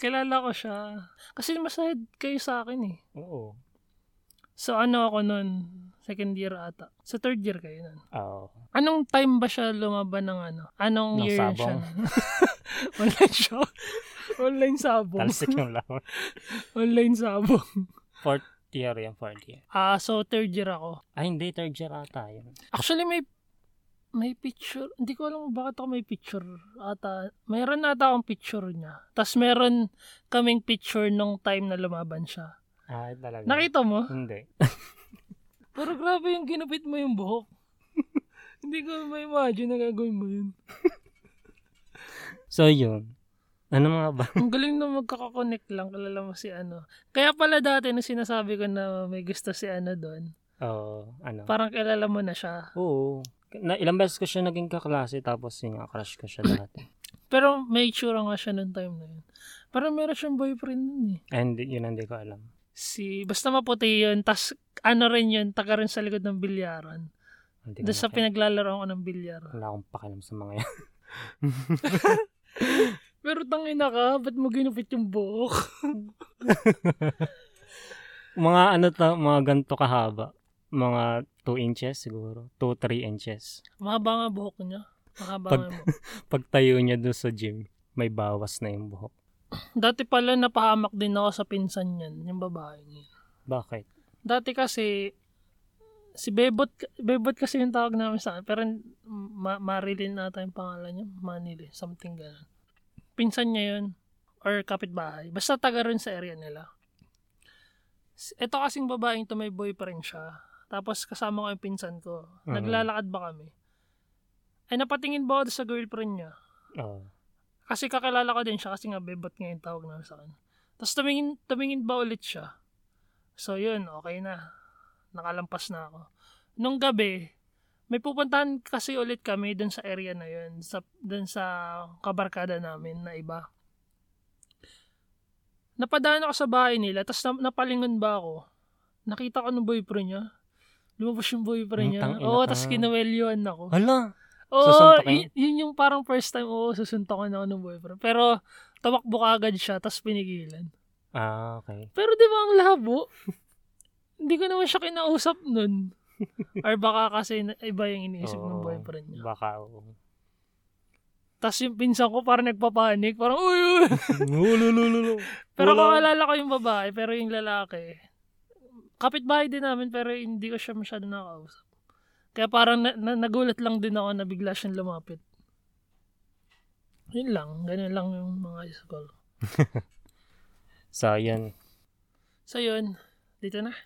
A: Kilala ko siya. Kasi mas ahead kayo sa akin eh.
B: Oo.
A: So ano ako nun? Second year ata. Sa third year kayo nun.
B: Oo.
A: Anong time ba siya lumaban ng ano? Anong
B: Ng
A: year
B: sabong.
A: siya? Online siya. Online sabong.
B: Talsik yung laman.
A: Online sabong.
B: Year yan, fourth year.
A: Ah, so third year ako.
B: Ay, hindi, third year ata yun.
A: Actually may may picture. Hindi ko alam kung bakit ako may picture ata. Meron ata akong picture niya. Tapos meron kaming picture nung time na lumaban siya.
B: Ay, Ah, talaga.
A: Nakita mo?
B: Hindi.
A: Pero grabe yung ginupit mo yung buhok. Hindi ko ma-imagine na gagawin mo yun.
B: So, yun. Ano mga ba?
A: Ang galing na magkakakonek lang, kalala mo si ano. Kaya pala dati nung sinasabi ko na may gusto si ano doon,
B: Oo, ano?
A: parang kilala mo na siya.
B: Oo. Na, ilang beses ko siya naging kaklase, tapos yun nga, crush ko siya dati.
A: Pero may itsura nga siya nung time na yun. Parang meron siyang boyfriend nun eh.
B: Ay, hindi, yun hindi ko alam.
A: Si, basta maputi yun, tas ano rin yun, taga rin sa likod ng bilyaran.
B: Hindi ko
A: Doon sa
B: nakita.
A: pinaglalaro ko ng bilyar.
B: Wala akong pakialam sa mga yan.
A: Pero tangina ka, ba't mo ginupit yung buhok?
B: mga ano to, mga ganito kahaba. Mga 2 inches siguro. 2-3 inches.
A: Mahaba nga buhok niya. Mahaba
B: Pag-
A: nga yung buhok.
B: Pagtayo niya doon sa gym, may bawas na yung buhok.
A: Dati pala napahamak din ako sa pinsan niyan, yung babae niya.
B: Bakit?
A: Dati kasi si Bebot, Bebot kasi yung tawag namin sa akin. Pero ma Marilyn na ata yung pangalan niya. Manili, something ganun. Pinsan niya yun. Or kapitbahay. Basta taga rin sa area nila. S- Ito kasing babaeng to may boyfriend siya. Tapos kasama ko yung pinsan ko.
B: Mhm.
A: Naglalakad ba kami? Ay napatingin ba ako sa girlfriend niya?
B: Oo.
A: Kasi kakilala ko din siya kasi nga bebot nga yung tawag namin sa kanya. Tapos tumingin, tumingin ba ulit siya? So yun, okay na. Nakalampas na ako. Nung gabi, may pupuntahan kasi ulit kami dun sa area na yun. Sa, dun sa kabarkada namin na iba. Napadaan ako sa bahay nila, tapos na, napalingon ba ako? Nakita ko ng boyfriend niya. Lumabas yung boyfriend
B: Ang
A: niya.
B: tangina
A: Oo,
B: ka.
A: tapos kinuwelyoan ako.
B: Hala!
A: Oo,
B: Susuntokin?
A: y- yun yung parang first time, oo, susuntokan ako ng boyfriend. Pero, tawakbo ka agad siya, tapos pinigilan.
B: Ah, okay.
A: Pero di ba ang labo? Hindi ko naman siya kinausap nun. Or baka kasi na- iba yung iniisip ng
B: Oo,
A: boyfriend niya.
B: Baka, oo.
A: Tapos yung pinsan ko parang nagpapanik, parang uy, uy.
B: Ululululo.
A: Pero
B: Ulo.
A: kakalala ko yung babae, pero yung lalaki, kapitbahay din namin, pero hindi ko siya masyado nakakausap. Kaya parang na- na- nagulat lang din ako na bigla siyang lumapit. Yun lang, ganun lang yung mga isa ko.
B: So, yun.
A: So yun, dito na.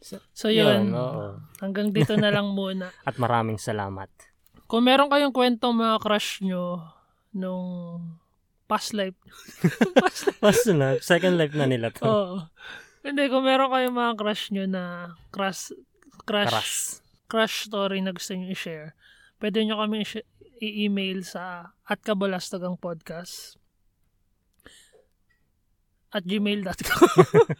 B: So,
A: So yun,
B: Yun, oo.
A: hanggang dito na lang muna.
B: At maraming salamat.
A: Kung meron kayong kwento mga crush nyo nung past life, past life,
B: Basta na, second life na nila to.
A: oo. Hindi, kung meron kayong mga crush nyo na crush, crush, crush,
B: Crush.
A: story na gusto nyo i-share, pwede nyo kami i- i-email sa at kabalastagang podcast at gmail.com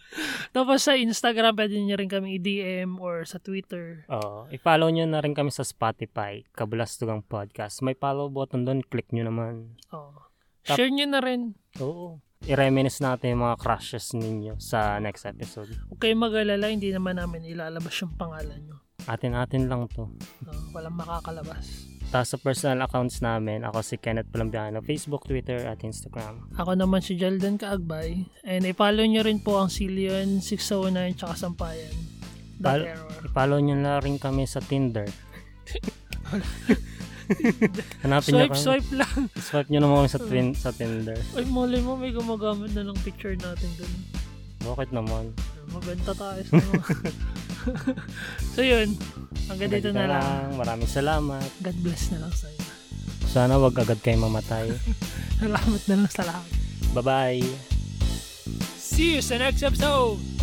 A: Tapos sa Instagram, pwede nyo rin kami i-DM or sa Twitter.
B: Oo. I-follow nyo na rin kami sa Spotify, Kabulastugang Podcast. May follow button doon, click nyo naman.
A: Oo.
B: Tap-
A: Share nyo na rin.
B: Oo. I-reminis natin yung mga crushes ninyo sa next episode.
A: Huwag kayong mag-alala, hindi naman namin ilalabas yung pangalan nyo.
B: Atin-atin lang to.
A: No, walang makakalabas.
B: Tapos sa personal accounts namin, ako si Kenneth Palambiano, Facebook, Twitter, at Instagram.
A: Ako naman si Jelden Kaagbay. And i-follow nyo rin po ang Silion 609 tsaka Sampayan. Dot
B: Pal-
A: error.
B: I-follow nyo na rin kami sa Tinder. Hanapin nyo
A: Swipe,
B: kami. Swipe.
A: swipe lang.
B: nyo naman kami sa, twin, sa Tinder.
A: Ay, mali mo, may gumagamit na ng picture natin dun.
B: Bakit naman?
A: Magbenta tayo sa mga... so yun, hanggang dito na lang.
B: Maraming salamat.
A: God bless na lang sa'yo.
B: Sana wag agad kayo mamatay.
A: Salamat na lang sa lahat.
B: Bye-bye.
A: See you sa next episode!